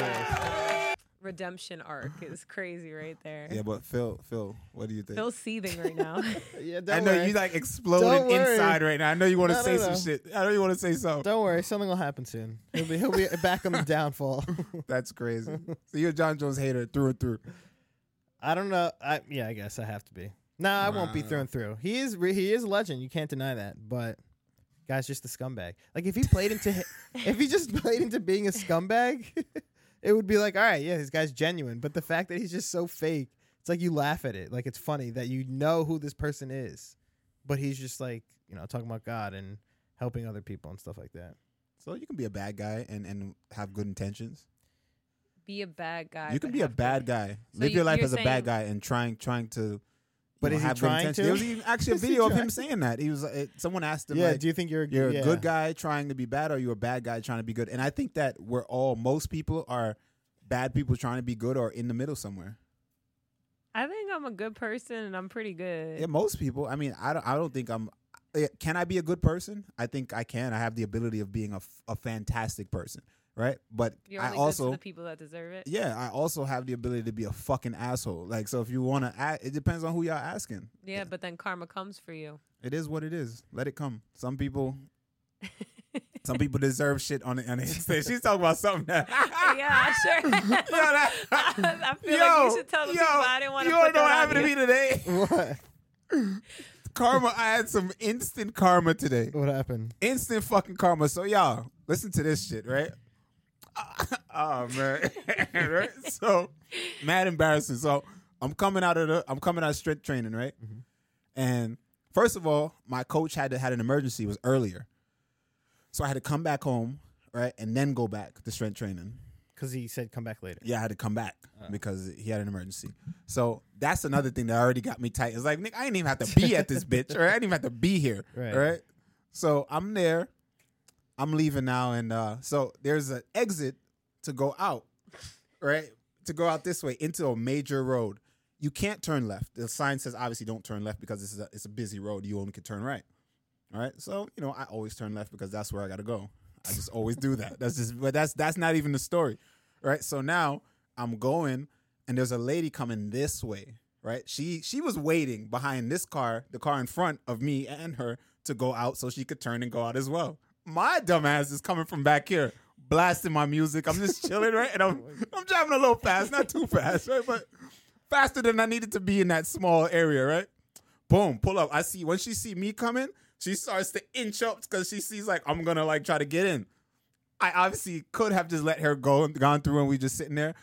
redemption arc is crazy right there.
Yeah, but Phil, Phil, what do you think?
Phil's seething right now.
Yeah,
I
don't
know
worry.
you like exploding
Don't worry.
inside right now. I know you want to
No, no,
say some
no.
shit. I know you want to say something.
don't worry, something will happen soon. He'll be he'll be back on the downfall.
That's crazy. so you're a John Jones hater through and through.
I don't know. I yeah, I guess I have to be. No, I won't be
Wow.
thrown through. He is re- he is a legend. You can't deny that. But guy's just a scumbag. Like if he played into hi- if he just played into being a scumbag, it would be like, all right, yeah, this guy's genuine. But the fact that he's just so fake, it's like you laugh at it. Like it's funny that you know who this person is, but he's just like you know talking about God and helping other people and stuff like that.
So you can be a bad guy and and have good intentions.
be a bad guy.
you can
but
be a
have to-
bad guy.
So
Live
you-
your life
you're
as a bad
saying-
guy and trying trying to. you
But
know,
is he
have good
trying
intentions.
to?
There was even actually a
Is he
video of him
trying?
saying that. He was uh, it, someone asked him
yeah.
like,
do you think you're a,
you're
yeah.
a good guy trying to be bad or you're a bad guy trying to be good and i think that we're all most people are bad people trying to be good or in the middle somewhere
I think I'm a good person and I'm pretty good.
yeah most people i mean i don't, I don't think i'm yeah, can i be a good person i think i can i have the ability of being a, f- a fantastic person right but
You're
i
only good
also
to the people that deserve it.
yeah i also have the ability to be a fucking asshole like so if you want to it depends on who y'all asking
Yeah, but then karma comes for you.
it is what it is let it come some people some people deserve shit on the, on the she's talking about something that
yeah, sure.
Yo, that-
I feel like you should tell the people I didn't want
You
to
don't
put
know what
that
happened
on
to
you.
me today.
What
Karma. I had some instant karma today.
what happened?
Instant fucking karma. So y'all, listen to this shit, right? oh man. right? So mad embarrassing. So I'm coming out of the I'm coming out of strength training, right? And first of all, my coach had to, had an emergency. It was earlier, so I had to come back home, right, and then go back to strength training.
Because he said come back later.
Yeah, I had to come back because he had an emergency. So that's another thing that already got me tight. It's like, Nick, I didn't even have to be at this bitch, or I didn't even have to be here.
Right.
Right. right? So I'm there. I'm leaving now. And uh, so there's an exit to go out, right? To go out this way into a major road. You can't turn left. The sign says obviously don't turn left because this is a, it's a busy road. You only can turn right. All right. So, you know, I always turn left because that's where I gotta go. I just always do that. That's just but that's that's not even the story. Right. So now I'm going and there's a lady coming this way. Right. She she was waiting behind this car, the car in front of me and her to go out so she could turn and go out as well. My dumbass is coming from back here, blasting my music. I'm just chilling, right? And I'm I'm driving a little fast, not too fast, right? But faster than I needed to be in that small area, right? boom, pull up. I see when she see me coming, she starts to inch up because she sees like I'm gonna like try to get in. I obviously could have just let her go and gone through, and we just sitting there.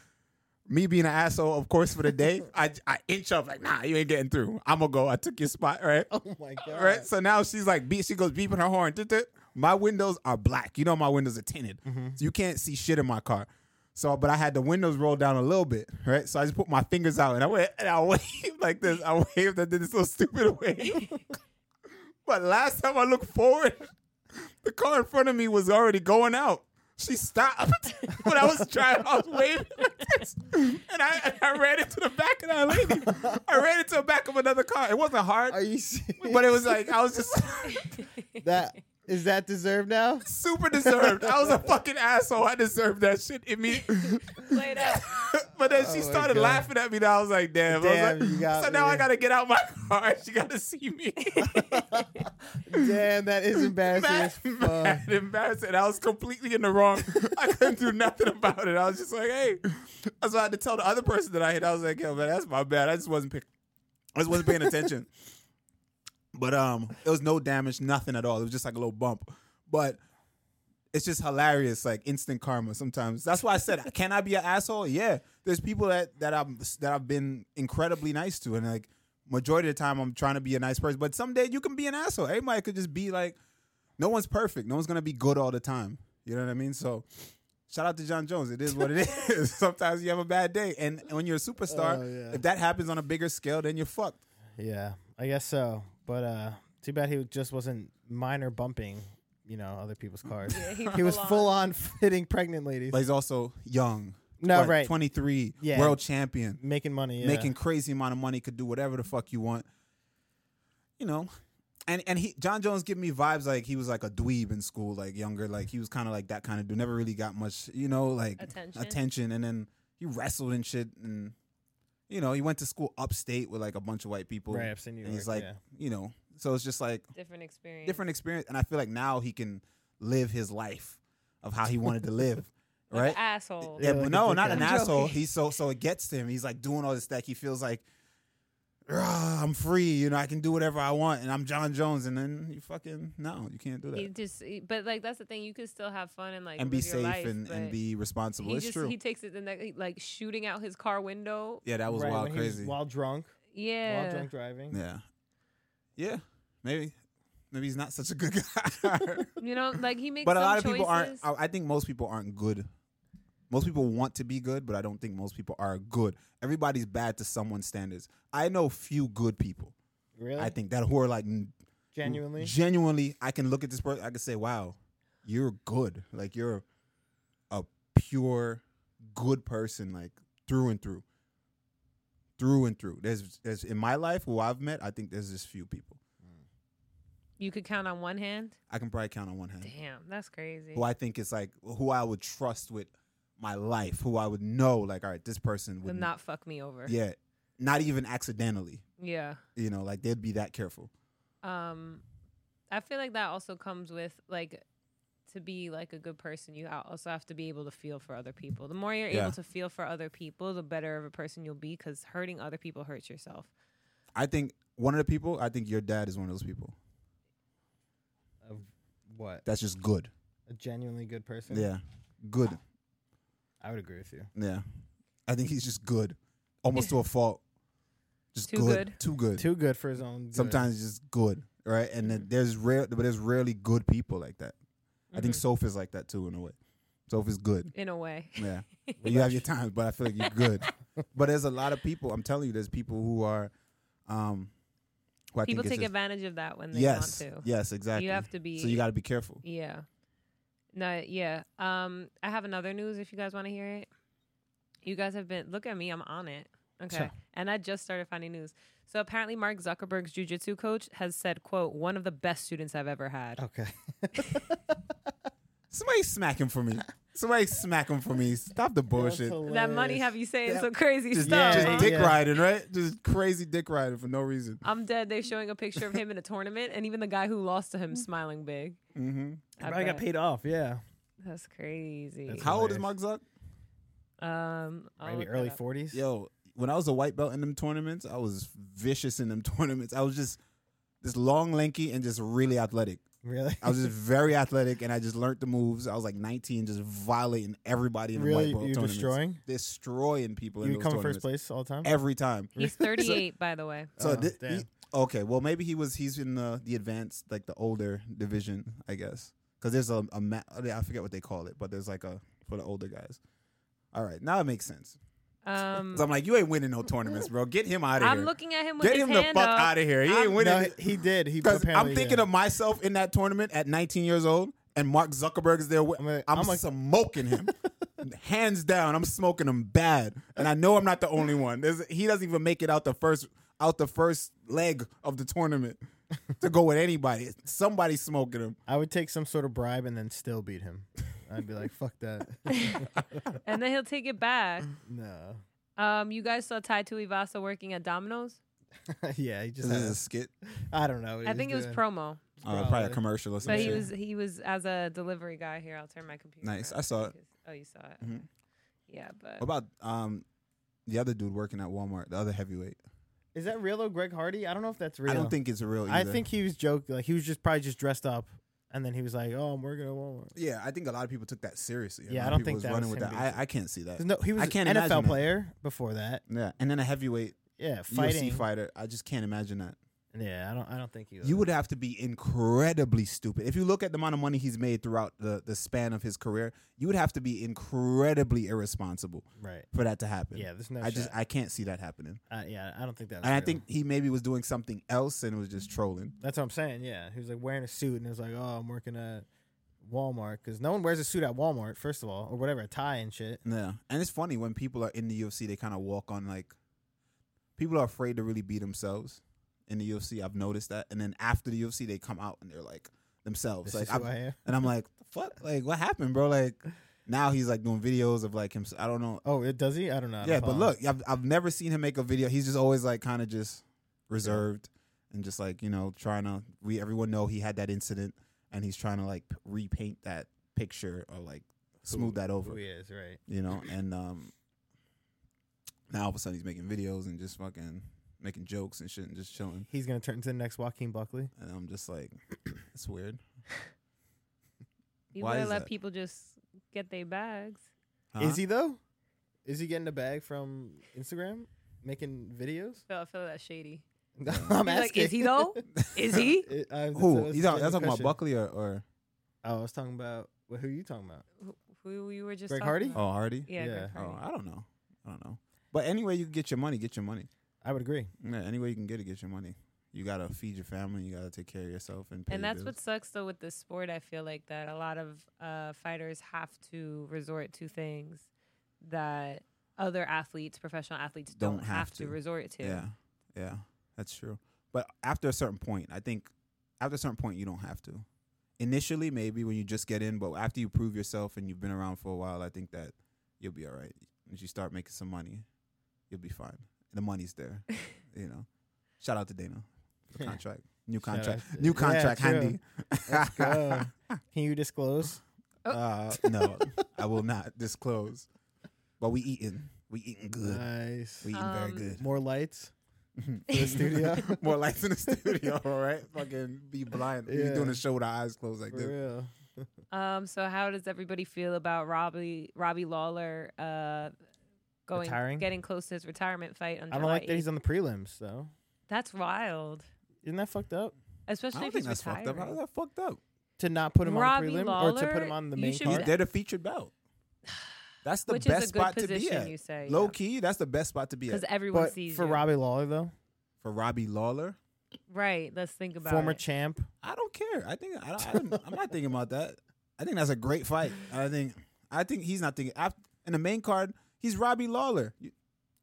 Me being an asshole, of course, for the day, I, I inch up like, nah, you ain't getting through. I'm gonna go. I took your spot, right?
Oh my god.
Right. So now she's like, beep, she goes beeping her horn. Tut, tut. My windows are black. You know, my windows are tinted.
Mm-hmm.
So you can't see shit in my car. So, but I had the windows rolled down a little bit, right? So I just put my fingers out and I went and I waved like this. I waved. I did this little stupid wave. but last time I looked forward, the car in front of me was already going out. She stopped when I was driving. I was waving like this, and I, I ran into the back of that lady. I ran into the back of another car. It wasn't hard
Are you serious?
but it was like I was just
that Is that deserved now?
Super deserved. I was a fucking asshole. I deserved that shit immediately.
Play it out.
but then
Oh
she
my
started
God.
laughing at me. Now I was like, damn. I
Damn,
was like,
you got
so now
me.
I gotta get out my car. and She gotta see me.
Damn, that is embarrassing
mad,
as fuck.
mad, embarrassed. And I was completely in the wrong. I couldn't do nothing about it. I was just like, hey. That's why I had to tell the other person that I hit. I was like, yo, man, that's my bad. I just wasn't pick- I just wasn't paying attention. But um, it was no damage, nothing at all. It was just like a little bump. But it's just hilarious, like instant karma. Sometimes that's why I said, can I be an asshole? Yeah. There's people that that I'm that I've been incredibly nice to, and like majority of the time I'm trying to be a nice person. But someday you can be an asshole. Everybody could just be like, no one's perfect. No one's gonna be good all the time. You know what I mean? So. Shout out to John Jones. It is what it is. Sometimes you have a bad day, and and when you're a superstar,
Oh, yeah.
if that happens on a bigger scale, then you're fucked.
Yeah, I guess so. But uh too bad he just wasn't minor bumping, you know, other people's cars.
Yeah,
he was full on hitting pregnant ladies.
But he's also young.
no,
What,
right.
23,
Yeah.
world champion,
making money, yeah.
making crazy amount of money, could do whatever the fuck you want. You know, and and he John Jones give me vibes like he was like a dweeb in school, like younger, like he was kind of like that kind of dude. Never really got much, you know, like
Attention.
and then he wrestled and shit, and you know, he went to school upstate with like a bunch of white people,
right, I've seen you.
and he's
work,
like,
yeah.
you know, so it's just like
Different experience.
different experience, and I feel like now he can live his life of how he wanted to live,
Like
right?
an asshole.
Yeah,
Yeah, like
but
a
no,
dickhead.
not an
I'm
asshole.
joking.
He's so so it gets to him. He's like doing all this stuff. He feels like "Ah, I'm free, you know, I can do whatever I want, and I'm John Jones, and then you fucking no, you can't do
He
that.
just, he- but like that's the thing. You can still have fun and like
And be
live your
safe
life,
and, and
but
be responsible.
He
it's
just
true.
he takes it the next, like shooting out his car window.
yeah, that was
Right,
wild
when he was
crazy.
While drunk. While
Yeah,
drunk driving.
Yeah. Yeah. Maybe. Maybe he's not such a good guy.
you know, like he makes.
but a
some
lot of people aren't
choices.
I, I think most people aren't good. Most people want to be good, but I don't think most people are good. Everybody's bad to someone's standards. I know few good people.
Really?
I think that who are like n-
Genuinely.
genuinely i can look at this person i can say wow you're good like you're a pure good person like through and through through and through there's there's in my life who i've met i think there's just few people
You could count on one hand.
i can probably count on one hand
Damn, that's crazy.
who i think is like who i would trust with my life who i would know like all right this person
Would
would
not fuck me over.
yeah not even accidentally
Yeah.
you know like they'd be that careful
Um, I feel like that also comes with like to be like a good person, you al- also have to be able to feel for other people. The more you're
Yeah.
able to feel for other people, the better of a person you'll be because hurting other people hurts yourself.
i think one of the people i think your dad is one of those people
Of what?
that's just good
A genuinely good person?
yeah good
I would agree with you.
Yeah. I think he's just good. Almost to a fault. Just
Too
good.
good.
Too good.
Too good for his own good.
Sometimes just good. Right? And then there's rare but there's rarely good people like that. I think
Mhm.
Sophia's like that too in a way. Sophia's good.
in a way.
Yeah. you have your times, but I feel like you're good. but there's a lot of people, I'm telling you, there's people who are um who I
people
think
take
it's just-
advantage of that when they
Yes.
want to.
Yes, exactly.
You have to be
so you gotta be careful.
Yeah. No, yeah. Um I have another news if you guys want to hear it. You guys have been look at me, I'm on it. Okay. And I just started finding news. So apparently Mark Zuckerberg's jujitsu coach has said, quote, one of the best students I've ever had.
Okay.
Somebody smack him for me. Somebody smack him for me. Stop the bullshit.
That money have you saying
Oh, Yeah.
some crazy
Just,
stuff.
just
Yeah,
huh?
dick
yeah.
riding, right? Just crazy dick riding for no reason.
I'm dead. They're showing a picture of him in a tournament, and even the guy who lost to
Mm.
him smiling big.
hmm
I
I got
bet.
paid off, yeah.
That's crazy.
That's
How old is Mark
hilarious.
Zuck?
um, I'll
Maybe
look that
early
up.
40s?
Yo, when I was a white belt in them tournaments, I was vicious in them tournaments. I was just this long, lanky, and just really athletic.
Really?
I was just very athletic, and I just learned the moves. I was like 19, just violating everybody in the
really?
white belt
You're
tournaments.
destroying?
Destroying people in
You
those
come in
tournaments
first place all the time?
every time.
He's 38, by the way.
So
Oh,
thi-
damn.
he- okay, well maybe he was he's in the the advanced like the older division, I guess. Because there's a, a ma- I forget what they call it, but there's like a for the older guys. All right, now it makes sense.
Um,
'Cause I'm like, you ain't winning no tournaments, bro. Get him out of here.
I'm looking at him with
Get
his
him the
hand
fuck
up.
out of here. He
I'm-
ain't winning.
No, he did. He
Because
apparently
I'm thinking
did.
of myself in that tournament at 19 years old, and Mark Zuckerberg is there. With,
I'm
I'm,
gonna- I'm gonna-
smoking him, hands down. I'm smoking him bad, and I know I'm not the only one. There's, he doesn't even make it out the first out the first leg of the tournament. to go with anybody. Somebody's smoking him.
I would take some sort of bribe and then still beat him. I'd be like, fuck that.
and then he'll take it back.
no.
Um, you guys saw Tai Tuivasa working at Domino's?
yeah, he just
Is this a
has,
skit?
I don't know. what
I
he
think it was
doing.
promo.
Uh, probably a commercial or
But
something.
he was uh, he was as a delivery guy here. I'll turn my computer.
Nice.
around
I saw it.
because- Oh, you saw it.
Mhm.
Okay. Yeah, but
What about um the other dude working at Walmart, the other heavyweight?
Is that real though, Greg Hardy? I don't know if that's real.
I don't think it's real. Either.
I think he was joking. Like he was just probably just dressed up, and then he was like, "Oh, I'm working at Walmart."
Yeah, I think a lot of people took that seriously. A lot
Yeah, I
of
don't
people
think
was
that
running
was
with
him
that. I, I can't see that.
'Cause No, he was
I can't
an
imagine
NFL
that.
player before that.
Yeah, and then a heavyweight
Yeah,
fighting. UFC
fighting.
fighter. I just can't imagine that.
Yeah, I don't. I don't think he. Was.
You would have to be incredibly stupid. If you look at the amount of money he's made throughout the, the span of his career, you would have to be incredibly irresponsible
right.
for that to happen.
Yeah, there's no.
I just I can't see that happening.
yeah, I don't think that.
And I think he maybe was doing something else and was just trolling.
that's what I'm saying. Yeah, he was like wearing a suit and it was like, "Oh, I'm working at Walmart," because no one wears a suit at Walmart, first of all, or whatever, a tie and shit.
Yeah. And it's funny when people are in the UFC, they kind of walk on like people are afraid to really be themselves in the UFC. I've noticed that. And then after the UFC, they come out and they're like themselves.
This
like
is who
I'm-
I am.
and I'm like, "The fuck, like what happened, bro? Like now he's like doing videos of like him. I don't know.
Oh, it does he? I don't know. I don't
yeah, but
follow him.
look, I've I've never seen him make a video. He's just always like kind of just reserved and just like you know trying to. We everyone know he had that incident, and he's trying to like p- repaint that picture or like smooth that over,
who he is, right?
you know. And um, now all of a sudden he's making videos and just fucking making jokes and shit and just chilling.
He's gonna turn into the next Joaquin Buckley.
And I'm just like, it's weird.
you
why
better
is
let
that?
people just get their bags.
Huh?
Is he though? Is he getting a bag from Instagram, making videos?
Feel I feel that shady.
No,
He's
I'm asking.
like, is he though? is he?
It- I- that's-
Who?
that's
You talking,
a
that's talking about
question.
Buckley or, or
Oh, I was talking about. Well, who are you talking about?
Who- Who you were just
Greg
talking
Hardy?
about.
oh Hardy?
Yeah,
Yeah.
Greg
Oh,
Hardy.
I don't know. I don't know. But anyway, you can get your money. Get your money.
I would agree.
Yeah, any way you can get it, get your money. You gotta feed your family. You gotta take care of yourself and pay.
And that's
bills.
what sucks though with this sport. I feel like that a lot of uh, fighters have to resort to things that other athletes, professional athletes, don't, have, to. resort to.
Yeah, yeah, that's true. But after a certain point, I think after a certain point, you don't have to. Initially, maybe when you just get in, but after you prove yourself and you've been around for a while, I think that you'll be all right. Once you start making some money, you'll be fine. The money's there, you know. Shout out to Dana for the contract. New
Shout out
contract.
to-
New
Yeah,
contract
true.
handy.
Let's go. Can you disclose?
Uh,
Oh.
no, I will not disclose. But we eating. We eating good.
Nice.
we eating very
Um,
good.
More lights for the studio.
More lights in the studio, all right? Fucking be blind. We
Yeah.
doing a show with our eyes closed like
For
this.
real.
Um. So how does everybody feel about Robbie Robbie Lawler uh, going
Retiring?
getting close to his retirement fight on
I don't
July
like that
8th?
he's on the prelims though.
That's wild,
Isn't that fucked up?
I
especially
don't
if
think
he's
that's
retired.
fucked up. How is that fucked up?
To not put him
Robbie
on the prelim or to put
Lawler,
him on the
you
main
should
He's
card.
be-
they're the featured belt. That's the
Which
best
is a good
spot
position,
to be at.
you say.
Low key, that's the best spot to be
because
at.
everyone
But
sees
for
you.
Robbie Lawler though,
For Robbie Lawler,
Right. Let's think about
former
it.
champ.
I don't care. I think I don't, I don't, I'm not thinking about that. I think that's a great fight. I think I think he's not thinking. af- In the main card, he's Robbie Lawler. You-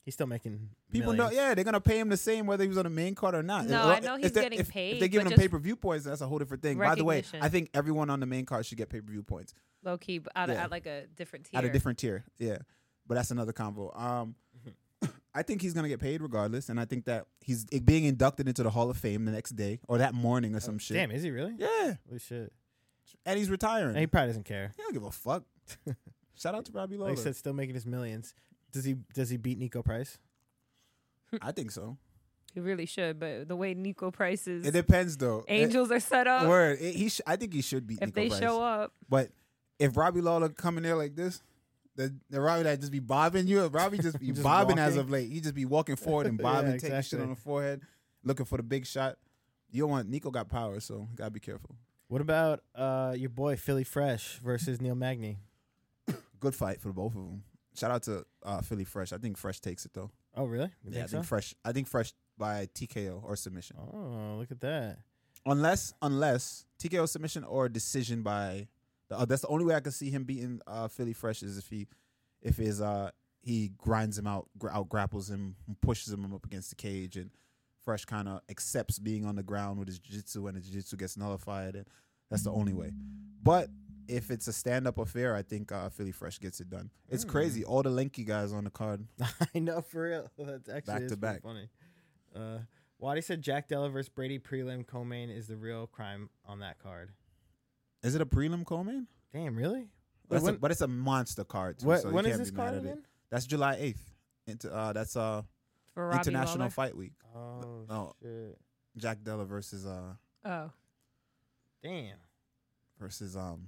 He's still making
People
millions.
know, yeah, they're gonna pay him the same whether he was on the main card or not.
No,
If-
I know
if
he's
they're-
getting
if, If
paid,
they're
but
giving him
just
pay per view points, that's a whole different thing. By the way,
Recognition.
I think everyone on the main card should get pay per view points
Low key, but at,
Yeah.
at like a different tier.
at a different tier. Yeah, but that's another combo. Um, I think he's gonna get paid regardless, and I think that he's being inducted into the Hall of Fame the next day or that morning or some shit.
Oh, Damn, is he really?
Yeah,
Holy shit.
and he's retiring.
And he probably doesn't care.
He don't give a fuck. Shout out to Robbie Lawler.
Like I said, still making his millions. Does he does he beat Nico Price?
I think so.
He really should, but the way Nico Price is,
It depends though.
angels are set
It-
up.
word. It- he sh- I think he should beat
if
Nico
they
Price.
show up,
But if Robbie Lawler come in there like this, the, the Robbie that just be bobbing you, if Robbie just be
Just
bobbing as
walking.
of late. He just be walking forward and
Yeah,
bobbing, taking shit
exactly.
on the forehead, looking for the big shot. You don't want Nico got power, so you gotta be careful.
What about uh, your boy Philly Fresh versus Neil Magny?
Good fight for both of them. Shout out to uh, Philly Fresh. I think Fresh takes it though.
Oh, really? You
yeah, I
think
think Fresh. I think Fresh by TKO or submission.
so? Oh, look at that.
Unless unless TKO submission or decision by uh, that's the only way I can see him beating uh, Philly Fresh is if he if his uh he grinds him out, gr- out grapples him, pushes him up against the cage, and Fresh kind of accepts being on the ground with his jiu-jitsu and his jiu-jitsu gets nullified and that's the only way. But if it's a stand-up affair, I think uh, Philly Fresh gets it done. It's
Hmm.
crazy. All the lanky guys on the card.
I know for real. That's actually
Back
is
to
pretty
back.
funny. Uh, Waddy said Jack Della versus Brady prelim co-main is the real crime on that card.
Is it a prelim co-main?
Damn, really?
But it's,
when,
a, but it's a monster card too.
what-
so you
when is
can't
this
be mad at
card
it.
again?
That's July eighth. Into, uh, that's uh
for Robbie
International
Lawler?
Fight Week.
Oh
No.
shit!
Jack Della versus uh
Oh,
Damn,
versus um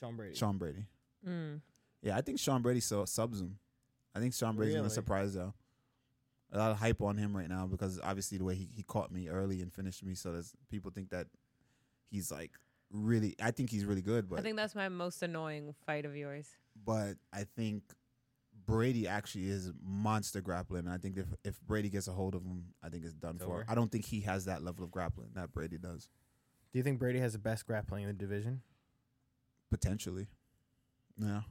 Sean Brady.
Sean Brady.
mm.
Yeah, I think Sean Brady so, subs him. I think Sean Brady's gonna
Really?
surprise though. A lot of hype on him right now because obviously the way he, he caught me early and finished me, so there's people think that he's like really. I think he's really good, but
I think that's my most annoying fight of yours.
but I think Brady actually is monster grappling, and I think if if Brady gets a hold of him, I think it's done
It's
for.
over.
I don't think he has that level of grappling that Brady does
Do you think Brady has the best grappling in the division?
potentially. Yeah,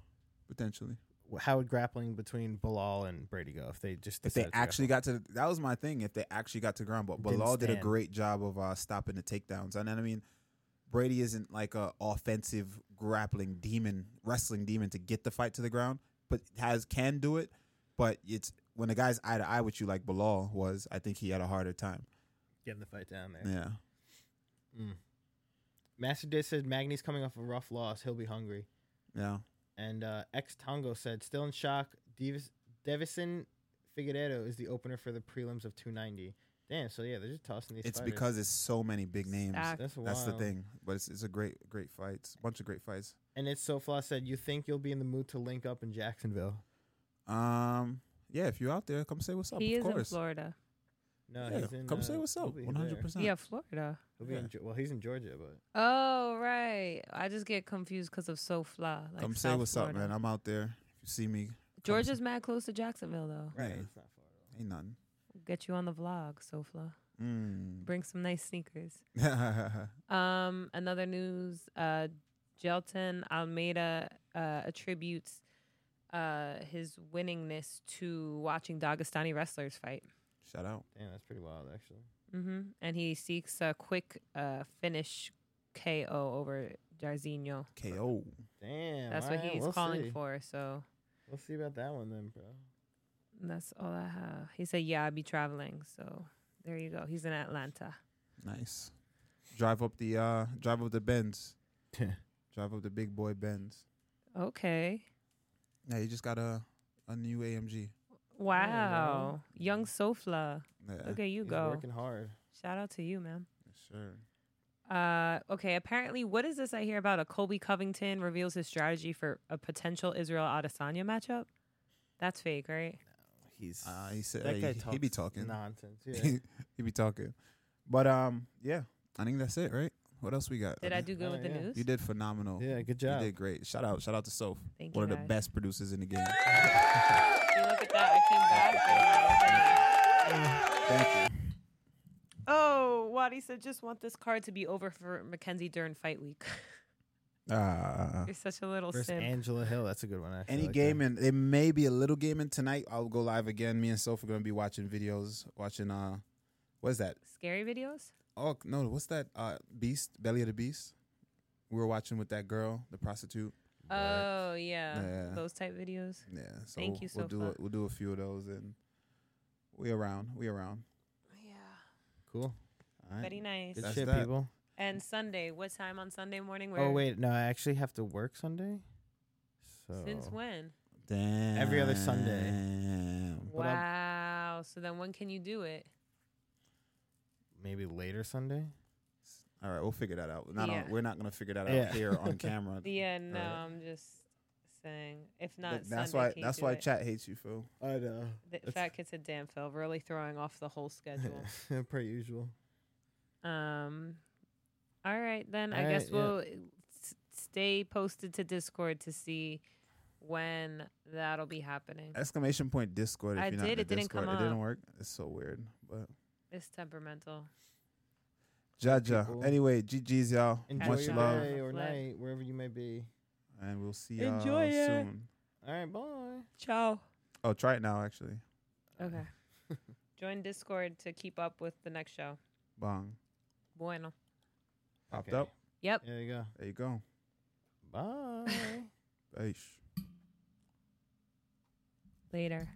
potentially.
Wh- How would grappling between Bilal and Brady go if they just
if they
decided to
actually got to the, that was my thing if they actually got to ground but
Didn't
Bilal did a
stand.
great job of uh, stopping the takedowns and then, I mean Brady isn't like a offensive grappling demon wrestling demon to get the fight to the ground but has can do it but it's when the guy's eye to eye with you like Bilal was I think he had a harder time
getting the fight down there?
yeah
Mm. Master Diz said Magny's coming off a rough loss. He'll be hungry.
yeah
And uh, ex Tongo said, still in shock. Devis- Devison Figueredo is the opener for the prelims of 290. Damn, so yeah, they're just tossing these
it's
fighters.
because it's so many big names
Stacked.
That's,
that's the
wild.
thing but it's, it's a great great fights bunch of great fights
And it's Sofla said, you think you'll be in the mood to link up in Jacksonville?
um yeah if you're out there come say what's up Oh,
he
of
is in
course
Florida.
No,
yeah,
he's in,
come
uh,
say what's
he'll
up
be there.
100%
Yeah, Florida.
He'll be
Yeah.
in, Ge- well, he's in Georgia, but
Oh right, I just get confused because of SoFla. Like
Come say
South
what's
Florida.
up, man. I'm out there. If you see me,
Georgia's mad close to Jacksonville though.
Yeah.
right, it's not far. at all.
ain't nothing.
Get you on the vlog, SoFla.
Mm.
Bring some nice sneakers.
yeah,
Um, another news: uh, Jelton Almeida uh, attributes uh, his winningness to watching Dagestani wrestlers fight,
shout out.
Damn, that's pretty wild, actually.
hmm and he seeks a quick uh, finish KO over Jarzinho.
KO.
Damn,
That's what
alright,
he's
we'll
calling
see.
for. So
We'll see about that one then, bro.
that's all I have. He said, "Yeah, I'll be traveling." So there you go. He's in Atlanta.
Nice. Drive up the uh drive up the bends. Drive up the big boy bends.
Okay.
Yeah, you just got a a new AMG.
Wow, young Sofla.
Yeah.
Look at you
he's
go.
working hard.
Shout out to you, man.
Sure.
Uh, okay. Apparently, what is this I hear about? A Colby Covington reveals his strategy for a potential Israel Adesanya matchup. That's fake, right?
He's
Uh, he said hey, he, he be talking.
nonsense. Yeah.
he be talking. But um yeah, I think that's it, right? What else we got?
Did I do good
Oh,
with the
yeah.
news?
You did phenomenal.
Yeah, good
You
job.
did great. Shout out, shout out to Soph,
Thank you.
one of the
guys.
best producers in the game.
You look at that. I came back.
Thank you.
Oh, Wadi said, just want this card to be over for Mackenzie during fight week.
Ah.
You're such a little
Versus
simp.
Angela Hill, that's a good one. Actually.
Uh,
I
Any
like
game,
that.
and it may be a little gaming tonight. I'll go live again. Me and Soph are gonna be watching videos, watching uh, what's that?
Scary videos.
Oh no, what's that? Uh, Beast, Belly of the Beast. We were watching with that girl, the prostitute.
Oh yeah.
Yeah.
those type videos.
Yeah, so
Thank you,
we'll do a,
Soph.
we'll do a few of those, and we around, we around.
Yeah,
cool. All
very nice.
Good
That's
shit,
that.
people.
And Sunday, what time on Sunday morning? Where?
Oh wait, no, I actually have to work Sunday. So
Since when?
Damn.
Every other Sunday. But I'm-
Wow. So then when can you do it?
Maybe later Sunday.
All right, we'll figure that out. Not
Yeah.
on, we're not gonna figure that out
Yeah.
here on camera.
Yeah, uh, no,
Alright.
I'm just saying. If
Th-
not,
that's
Sunday,
why.
can you
That's
do
why
it?
chat hates you, Phil.
I know.
The fat kid said, "Damn, Phil, really throwing off the whole schedule."
per usual.
um, all right, then I
All
guess
right, yeah.
we'll s- stay posted to Discord to see when that'll be happening.
Uh,
Exclamation point Discord. If
Mm-hmm. I
you're not
did,
in the
it didn't
Discord.
come
It didn't
up.
work. It's so weird, but.
It's temperamental.
Jaja.
people.
Anyway, GG's y'all.
Enjoy
Much
your
love.
day or
Flat.
night, wherever you may be.
And we'll see y'all
Enjoy it.
soon.
All right, bye.
Ciao.
Oh, try it now actually.
Okay. Join Discord to keep up with the next show.
Bong.
Bueno.
Popped
Okay.
up.
Yep.
There you go.
There you go.
Bye.
Aish.
Later.